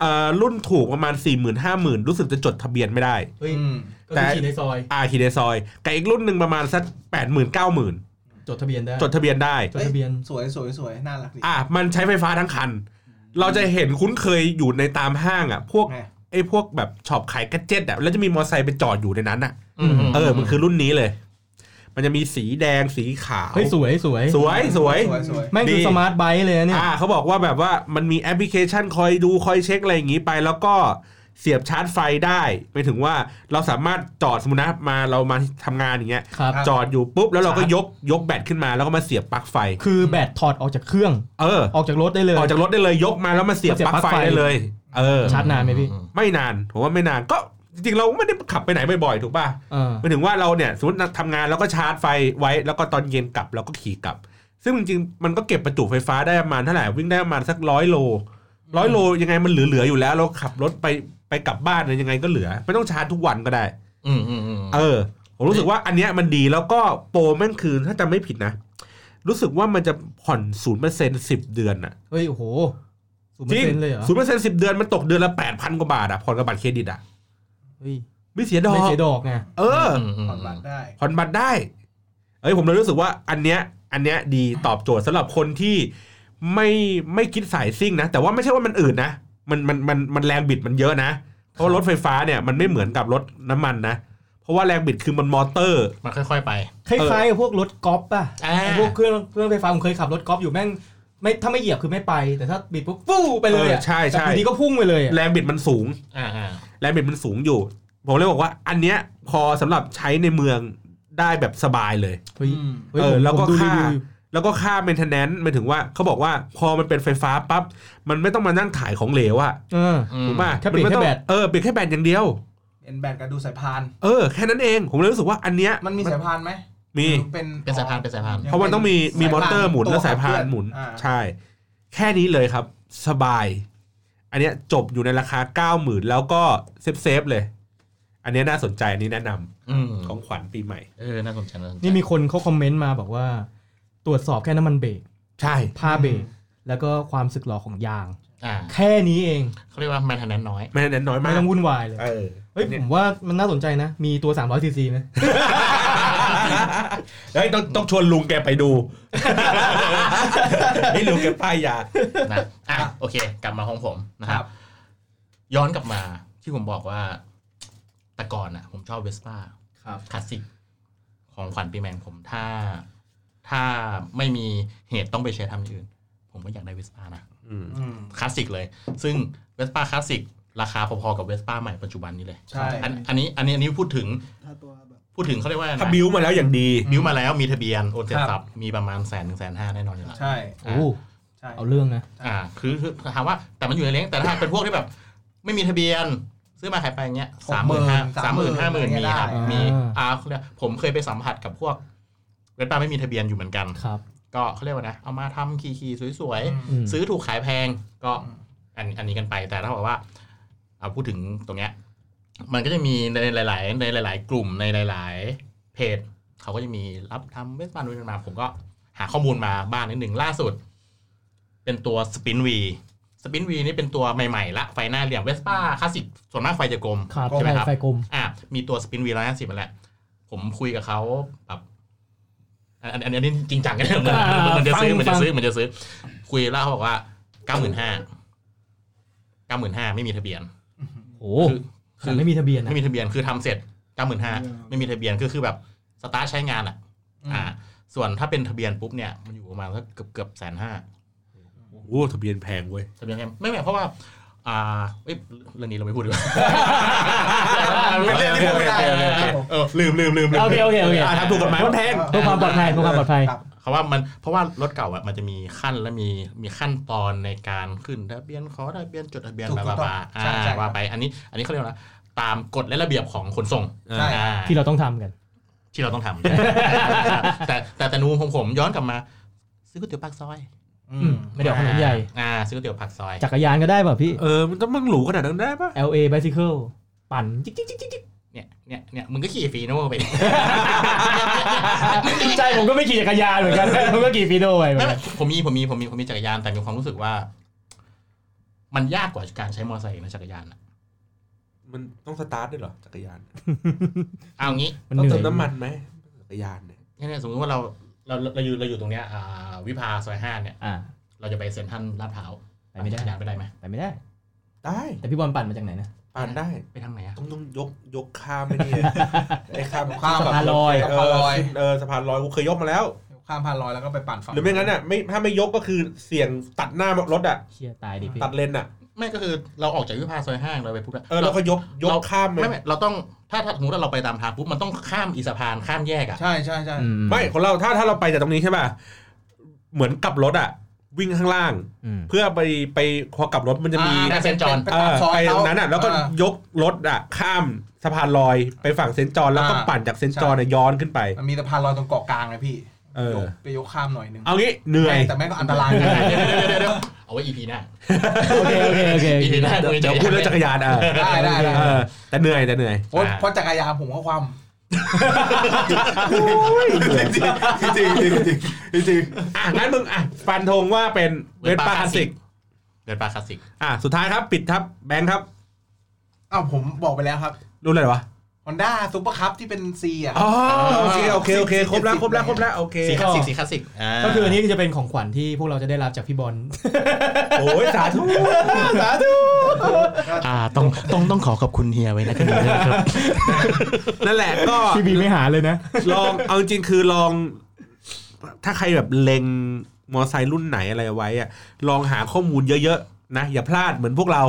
A: เอ่อรุ่นถูกประมาณ 4 0 0 0 0 5 0,000 รู้สึกจะจดทะเบียนไม่ได้
B: เฮ้ย
C: อืม
B: ก็คือขี่ในซอย
A: อาคีเดซอยกับอีกรุ่นหนึ่งประมาณสัก 8 0 0 0 0 90,000
B: จดทะเบียนได้
A: จดทะเบียนได้
B: จดทะเบียน
C: สวยสวยสวยน่ารักดี
A: อ่ะมันใช้ไฟฟ้าทั้งคัน เราจะเห็นคุ้นเคยอยู่ในตามห้างอ่ะพวก
C: ไง
A: ไอ้พวกแบบช็อปขายแกระเจ็ตอ่ะแล้วจะมีมอเตอร์ไซค์ไปจอดอยู่ในนั้นอ่ะ
B: อืม
A: เออมันคือรุ่นนี้เลย มันจะมีสีแดงสีขาว
B: เฮ้ยสวยสวย
A: สวยสวย
C: สวยสวย
B: แม่งคือ
A: ดี
B: สมาร์ทไบค์เลยนะเนี่ย
A: อ่าเขาบอกว่าแบบว่ามันมีแอปพลิเคชันคอยดูคอยเช็คอะไรอย่างนี้ไป แล้วก็เสียบชาร์จไฟได้หมายถึงว่าเราสามารถจอดสมมตินะมาเรามาทำงานอย่างเงี้ย
B: ครับ
A: จอดอยู่ปุ๊บแล้วเราก็
B: ชาร์จ
A: ยกยกแบตขึ้นมาแล้วก็มาเสียบปลั๊กไฟ
B: คือแบตถอดออกจากเครื่อง
A: เออ
B: ออกจากรถได้เลย
A: ออกจากรถได้เลยยกมาแล้วมาเสียบ
B: เสียบ
A: ปลั๊ก
B: ปลั๊
A: ไฟ
B: กไฟ
A: ได้เลย เออ
B: ชาร์จนานไหมพี่
A: ไม่นานผมว่าไม่นานก็จริงๆเราไม่ได้ขับไปไหนบ่อยๆถูกป่ะ
B: เออ
A: หมายถึงว่าเราเนี่ยสมมติทำงานแล้วก็ชาร์จไฟไว้แล้วก็ตอนเย็นกลับเราก็ขี่กลับ ซึ่งจริงๆมันก็เก็บประจุไฟฟ้าได้ประมาณเท่าไหร่วิ่งได้ประมาณสักร้อยโลร้อยโลยังไงมันเหลือๆอยู่แล้ว เราขับรถไปไปกลับบ้านเนี่ยยังไงก็เหลือ ไม่ต้องชาร์จทุกวันก็ได้
D: อืมอืมอืม
A: เออผมรู้สึกว่าอันเนี้ยมันดีแล้วก็โปรแม่งคืนถ้าจำไม่ผิดนะ รู้สึกว่ามันจะผ่อนศูนย์เปอร์เซ็นต์สิบเดือนอะ
B: เฮ้ยโอ้โหสู
A: จ
B: งเปอ
A: ริง
B: ร์เซ็นต์เลยเหรอ
A: ศูนย์เปอร์เซ็นต์สิบเดือนมันตกเดือนละแปดพันกว่าบาทอะผ่อนกับบัตรเครดิตอะ
B: เฮ้ย
A: ไม่เสียดอก
B: ไม่เสียดอกไง
A: เออ
D: มม
C: ผ่อนบัตรได้
A: ผ่อนบัตรได้ เอ้ยผมเลยรู้สึกว่าอันเนี้ยอันเนี้ยดีตอบโจทย์สำหรับคนที่ไม่ไม่คิดสายซิ่งนะ แต่ว่าไม่ใช่ว่ามันอื่นนะ มันมันมันมันแรงบิดมันเยอะนะ เพราะว่ารถไฟฟ้าเนี่ยมันไม่เหมือนกับรถน้ำมันนะ เพราะว่าแรงบิดคือมันมอเตอร์
D: มันค่อย ๆ ไป
B: คล้ายๆกับพวกรถกอล์ฟป่ะ
D: อ่า
B: ไอ้พวกเครื่องเครื่องไฟฟ้าผมเคยขับรถกอล์ฟอยู่แม่งไม่ถ้าไม่เหยียบคือไม่ไป แต่ถ้าบิดปุ๊บฟู่ไปเลย
A: เอ
B: อ่ะ
A: อใช่ใช่
B: แต่อยู่ดีก็พุ่งไปเลยอะ
A: แรงบิดมันสูง
D: อ่าอ่า
A: แรงบิดมันสูงอยู่ ผมเลยบอกว่า อันเนี้ยพอสำหรับใช้ในเมืองได้แบบสบายเลย
B: เฮ้ย
C: อืม
B: ฮ้ย
A: เออ
B: ผม
A: แล้วก็
B: ผมดู
A: ค่า
B: รีวิวอยู่
A: แล้วก็ค่า maintenance หมายถึงว่าเขาบอกว่าพอมันเป็นไฟฟ้าปั๊บมันไม่ต้องมานั่งถ่ายของเหลวอะ
B: เออ
D: อื
A: ถูกป่ะ
B: แค่เปลี่ยน
A: มันไม่ต้อง
B: แค่แบต
A: เออเปลี่ยนแค่แบตอย่างเดียว
C: เป็นแบตกระดูสายพาน
A: เออ แค่นั้นเอง ผมเลยรู้สึกว่าอันเนี้ย
C: มันมีสายพานไหม
A: มี
C: หรือเป็น
D: เป็นสายพานเป็นสายพาน
A: เพราะมันต้องมีมีมอเตอร์หมุนและสายพานหมุน
C: อ่า
A: ใช่ แค่นี้เลยครับ สบาย อันเนี้ยจบอยู่ในราคา 9 0,000 แล้วก็เซฟเซฟๆเลย อันเนี้ยน่าสนใจ อันนี้แนะนำ
D: อืม
A: ของขวัญปีใหม่
D: เออน่าสนใจน่าสนใจ
B: นี่มีคนเขาคอมเมนต์มาบอกว่า ตรวจสอบแค่น้ำมันเบรก
A: ใช่
B: ผ้าเบรกแล้วก็ความสึกหรอของยาง
D: อ่า
B: แค่นี้เอง
D: เขาเรียกว่าแมนเทนแนนน้อย
A: ไม่นั้นน้อยมา
B: ไม่
A: ก
B: ต้องวุ่นวายเลย
A: เออ
B: เฮ้ย ผมว่ามันน่าสนใจนะ มีตัว 300ซีซีไหม
A: เฮ้ยต้องต้องชวนลุงแกไปดู ไม่ลุงแกป้ายยา
D: นะอ่ะโอเค กลับมาของผมนะ
C: ค
D: ค
C: รั
D: รั
C: บบ
D: ย้อนกลับมาที่ผมบอกว่า แต่ก่อนอ่ะ ผมชอบเวสป้า
C: ครับ
D: คลาสสิกของขวัญปีใหม่ของผมถ้า ถ้าไม่มีเหตุต้องไปใช้ทำอย่างอื่น ผมก็อยากได้เวสป้านะ
A: อืม
C: อืม
D: คลาสสิกเลย ซึ่งเวสป้าคลาสสิกราคาพอๆกับเวสป้าใหม่ปัจจุบันนี้เลย
C: ใช่
D: อันอันนี้อันนี้อันนี้พูดถึง
E: ถ้าตัวแบบ
D: พูดถึงเขาเรียกว่าอะไร
A: ถ้า
D: นะ
A: บิวมาแล้วอย่างดี
D: บิวมาแล้วมีทะเบียนโอนเสร็จ
C: ครั
D: สั
C: บ
D: บมีประมาณแสนถึงแสนห้าแน่นอนอยู่แล้ว
C: ใช่
B: โอ้
C: ใช่
B: เอาเรื่องนะ
D: อ่าคือคือถามว่าแต่มันอยู่ในเล้งแต่ถ้าเป็นพวกที่แบบ ไม่มีทะเบียน ซื้อมาขายไปอย่างเงี้ยสามหมื่นห้า
C: 30,000
D: สามหมื่นห้าหมื่น
C: อะไรเงี้
D: มี
C: ย
D: ครับ
C: ได้
D: มี
B: อ่า
D: อ่าเขาเรียกผมเคยไปสัมผัสกับพวกเวสป้าไม่มีทะเบียนอยู่เหมือนกัน
B: ครับ
D: ก็เขาเรียกว่านะเอามาทำขี่ๆสวยๆ
B: อืม
D: ซื้อถูกขายแพงก็อันอันนี้กันไปแต่ถ้าบอกว่าเอาพูดถึงตรงเนี้ยมันก็จะมีในหลาย ๆ ในหลาย ๆ กลุ่มในหลาย ๆ เพจเขาก็จะมีรับทำเว็บมาดูนมาผมก็หาข้อมูลมาบ้างนิดหนึ่งล่าสุด เป็นตัวสปินวีสปินวีนี่เป็นตัวใหม่ ๆ ละ ไฟหน้าเหลี่ยมเวสป้าคลาสสิกส่วนมากไฟจะกลม
B: ครับ
D: ใช่ไหมครับ
B: ไฟกลม
D: อ่ะมีตัวสปินวีร้อยห้าสิบมาแล้ว ผมคุยกับเขาแบบอันอันอันอันนี้จริงจังกันเหมือนเหมือนจะซื้อเหมือนจะซื้อเหมือนจะซื้อ คุยแล้วเขาบอกว่าเก้าหมื่นห้าเก้าหมื่นห้าไม่มีทะเบียน
F: โอ้โห
D: คือคือ
F: ไม่มีทะเบียนนะ
D: ไม่มีทะเบียนคือทำเสร็จเก้าหมื่นห้าไม่มีทะเบียนคือคือแบบสตาร์ทใช้งานอ่ะ อ่า ส่วนถ้าเป็นทะเบียนปุ๊บเนี่ยมันอยู่ประมาณสักเกือบเกือบแสนห้า
A: โอ้ทะเบียนแพงเว้ย
D: ทะเบียนแค่ไม่แม่เพราะว่า อ่าเอ้ยเรื่องนี้เราไม่พูดดีกว่า
C: เป็นเรื่องที่พูดไม่ได้
D: เออลืมลืมลืมลืม
F: โอเคโอเคโอเค
A: อ่าทำถูกกฎหมายมันแพง
F: เพื่อความปลอดภัยเพื่อความปลอดภัย
C: ครับ
D: เขาว่ามันเพราะว่ารถเก่าอ่ะมันจะมีขั้นและมีมีขั้นตอนในการขึ้นทะเบียนขอทะเบียนจดทะเบียน
C: ถูก
D: บลา
C: ต้อง
D: บลาอ่า
C: ใช่ใช่
D: ว่าไปอันนี้อันนี้เขาเรียกว่าตามกฎและระเบียบของขนส่ง
C: ใช่
D: อ่า
F: ที่เราต้องทำกัน
D: ที่เราต้องทำ แต่แต่แต่หนูผมผมย้อนกลับมา ซื้อก๋วยเตี๋ยวปากซอย
C: อืม
F: ไม่ได้เอาขนมใหญ่
D: อ่าซื้อก๋วยเตี๋ยวปากซอย
F: จักรยานก็ได้ป่ะพี่
A: เออมันต้องมั่งหรูขนาดนั้นได้ปะ
F: LA bicycle ปั่นจิ๊กจิ๊กจิ๊กจิ๊กจิ๊ก
D: เนี่ยเนี่ยเนี่ยมึงก็ขี่ฟีโน่ไปดิ
F: ใช่ผมก็ไม่ขี่จักรยานเหมือนกัน ผมก็ขี่ฟีโนไปเหมือ
D: ไม่
F: น
D: ไม่
F: กัน
D: ผมมีผมมีผมมีผมมีจักรยานแต่มีความรู้สึกว่า มันยากกว่าการใช้มอเตอร์ไซค์นะจักรยานอะ
A: มันต้องสตาร์ทด้วยเหรอจักรยาน
D: เอางี้
F: มัน
A: ต้อ
F: เห
A: ง
F: นื่อย
A: เติมน้ำมันไหมจักรยานเนี่ย
D: เนี่ยเนี่ยสมมติว่าเราเราเราอยู่เราอยู่ตรงเนี้ยอ่าวิภาซอยห้าเนี่ย
F: อ่า
D: เราจะไปเซ็นทรัลลาดพร้าว
F: ไปไม่ได้
D: จักรยานไปได้ไหม
F: ไปไม่ได้
A: ได้
F: แต่พี่บอลปั่นมาจาก ไหนนะ
A: อ่านได้
D: ไปทางไหนอะ
A: ต้องต้องยกยกข้ามไปนี่ ไอ้ข้ามข้าม
F: สะ
A: แบบ
F: พานลอย
A: เอ
C: สะ
A: อ
C: พานลอย
A: ขึ้นเออสะพานลอยกูเคยยกมาแล้ว
C: ข้ามพานลอยแล้วก็ไปปั่นฝั่ง
A: หรือไม่งั้นอ่ะไม่ถ้าไม่ยกก็คือเสี่ยงตัดหน้ารถอ่ะ
F: เชี่ยตายดิพี่
A: ตัดเลนอ่ะ
D: ไม่ก็คือเราออกจากวิภาซอยห้าเราไปพุทธะ
A: เออแล้วก็ยกยก
D: เรา
A: ข้ามไป
D: ไม่ไม่เราต้องถ้าถ้าสมมติว่าเราไปตามทางปุ๊บมันต้องข้ามอีสะพานข้ามแยกอะ
C: ใช่ใช่ใช่
F: อืม
A: ไม่ของเราถ้าถ้าเราไปจากตรงนี้ใช่ป่ะเหมือนกลับรถอ่ะ วิ่งข้างล่าง
F: อืม
A: เพื่อไปไปพอกลับรถมันจะมี
D: อ่า เซ็นจร
C: ไป
A: เอ
C: ตาม
A: อ
C: ซอย
A: ไปตรง
C: เขา
A: นั้นอ่ะ แล้วก็
C: อ่า
A: ยกรถอ่ะ ข้ามสะพานลอยไปฝั่งเซนต์จอห์นแล้วก็
C: อ่า
A: ปั่นจากเซนต์จอห์นอะย้อนขึ้นไป
C: มันมีสะพานลอยตรงเกาะกลางเลยพี่
A: เออ
C: ยกไปยกข้ามหน่อยนึง
A: เอางี้เหนื่อย
C: แต่แม่งก็อันตรายนะ
D: เอาไว้ EP หน้า
F: โอเคโอเคโอเคโอ
D: EP
F: เค
D: หน้า
A: เดี๋ยวพูดเรื่องจักรยานอ่ะ
C: ได้ได้ได้
A: เออแต่เหนื่อยแต่เหนื่อย
C: โอ๊ยเพราะจักรยานผมก็ความ
A: จริงจริงจริงจริงจริงอ่ะงั้นมึงอ่ะฟันธงว่าเป็นเวทปาคลาสสิก
D: เดินปลาคลาสสิก
A: อ่ะสุดท้ายครับปิดครับแบงค์ครับ
C: อ้าวผมบอกไปแล้วครับ
A: รู้เลยวะ
C: ฮอนด้าซูเปอร์คัพที่เป็นซีอ่ะ
A: อ๋อโอเคโอเคโอเคครบแล้วครบแล้วครบแล้วโอเค
D: สีคลาสสิกสีคลาสสิกา
F: ก็คืออันนี้จะเป็นของขวัญที่พวกเราจะได้รับจากพี่บอล
A: โอ้ยสาธุสาธุ
D: อ่าต้องต้องต้องขอขอบคุณเฮียไว้นะที่นี้ด้วยนะครับ
A: นั่นแหละก็
F: พี่บีไม่หาเลยนะ
A: ลองเอาจริงๆคือลอง ถ้าใครแบบเล็งมอไซค์รุ่นไหนอะไรไว้อะลองหาข้อมูลเยอะๆนะอย่าพลาดเหมือนพวกเรา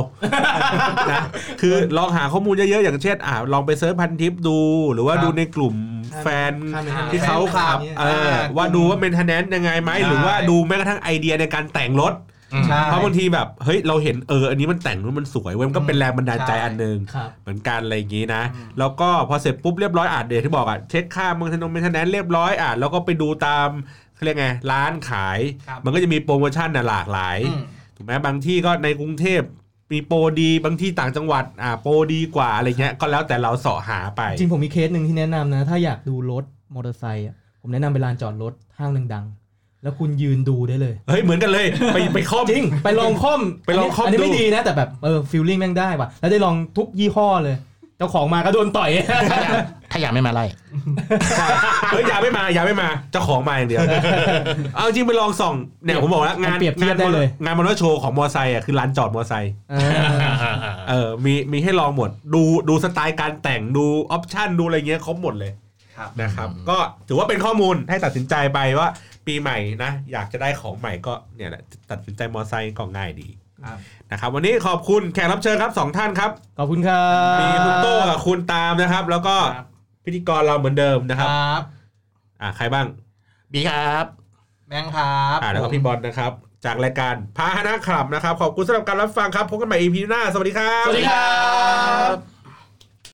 A: นะคือลองหาข้อมูลเยอะๆอย่างเช่นอ่าลองไปเซิร์ชพันทิปดู หรือว่า
C: ครับ
A: ดูในกลุ่มแฟน
F: ข้ามไป
A: ที่เขาขับเออว่าดูว่าเมนเทนแนนซ์ยังไงไหม
C: ใช่
A: หรือว่าดูแม้กระทั่งไอเดียในการแต่งรถ
C: ใช่
A: เพราะบางทีแบบเฮ้ยเราเห็นเอออันนี้มันแต่งรถมันสวยเว้ยมันก็เป็นแรงบันดาลใจอันหนึ่ง
F: ครับ
A: เหมือนกันอะไรอย่างนี้นะ
C: อืม
A: แล้วก็พอเสร็จปุ๊บเรียบร้อยอ่ะเดี๋ยวที่บอกอ่ะเช็คค่าเมนเทนแนนซ์เมนเทนแนนซ์เรียบร้อยอ่ะแล้วก็ไปดูตามเขาเรียกไงร้านขาย
C: ครับ
A: มันก็จะมีโปรโมชั่นน่ะหลากหลาย
C: อืม
A: ถูกไหมบางที่ก็ในกรุงเทพมีโปรดีบางที่ต่างจังหวัดอ่ะโปรดีกว่าอะไรเงี้ยก็แล้วแต่เราเสาะหาไป
F: จริงผมมีเคสหนึ่งที่แนะนำนะ ถ้าอยากดูรถมอเตอร์ไซค์อะผมแนะนำไปลานจอดรถห้างดังๆ แล้วคุณยืนดูได้เลย
A: เฮ้ยเหมือนกันเลยไปไปครอบ
F: จริง ไปลองคอม
A: ไปลองค่อม
F: นนี้
A: ดู
F: ไม่ดีนะ แต่แบบเออฟิลลิ่งแม่งได้ว่ะ แล้วได้ลองทุกยี่ห้อเลย เจ้าของมาก็โดน ต่อย
D: ถ้าอยากไม่มาไล่
A: เฮ้ยอยาไม่มาอยาไม่มาเจ้าของมาอย่างเดียว เอาจริงไปลองส่องเนี่ยผมบอกแล้วงาน
F: เปรียบเทียบได้
A: งานมอ
F: เลย
A: งานมอเตอร์โชว์ของมอไซค์อ่ะคือลานจอดมอไซค์
F: เออ
A: เออมีมีให้ลองหมด ดูดูสไตล์การแต่งดูออปชั่นดูอะไรเงี้ยครบหมดเลย
C: ครับ
A: นะครับ ก็ถือว่าเป็นข้อมูลให้ตัดสินใจไปว่า ปีใหม่นะ อยากจะได้ของใหม่ก็เนี่ยแหละตัดสินใจมอไซค์ก็ง่ายดี
C: ครับ
A: นะครับวันนี้ขอบคุณแขกรับเชิญครับสองท่านครับ
F: ขอบคุณครับ
A: มีคุณโต้กับคุณตามนะครับ แล้วก็
C: ครับ
A: พิธีกรเราเหมือนเดิมนะ
C: ค
A: ครับ
C: รับ
A: อ่ะใครบ้าง
D: บีครับ
C: แบงค์ครับ
A: อ่าแล้วก็พี่บอลนะครับ จากรายการพาหนะครับนะครับ ขอบคุณสำหรับการรับฟังครับพบกันใหม่ EP หน้า สวัสดีครับ
D: บ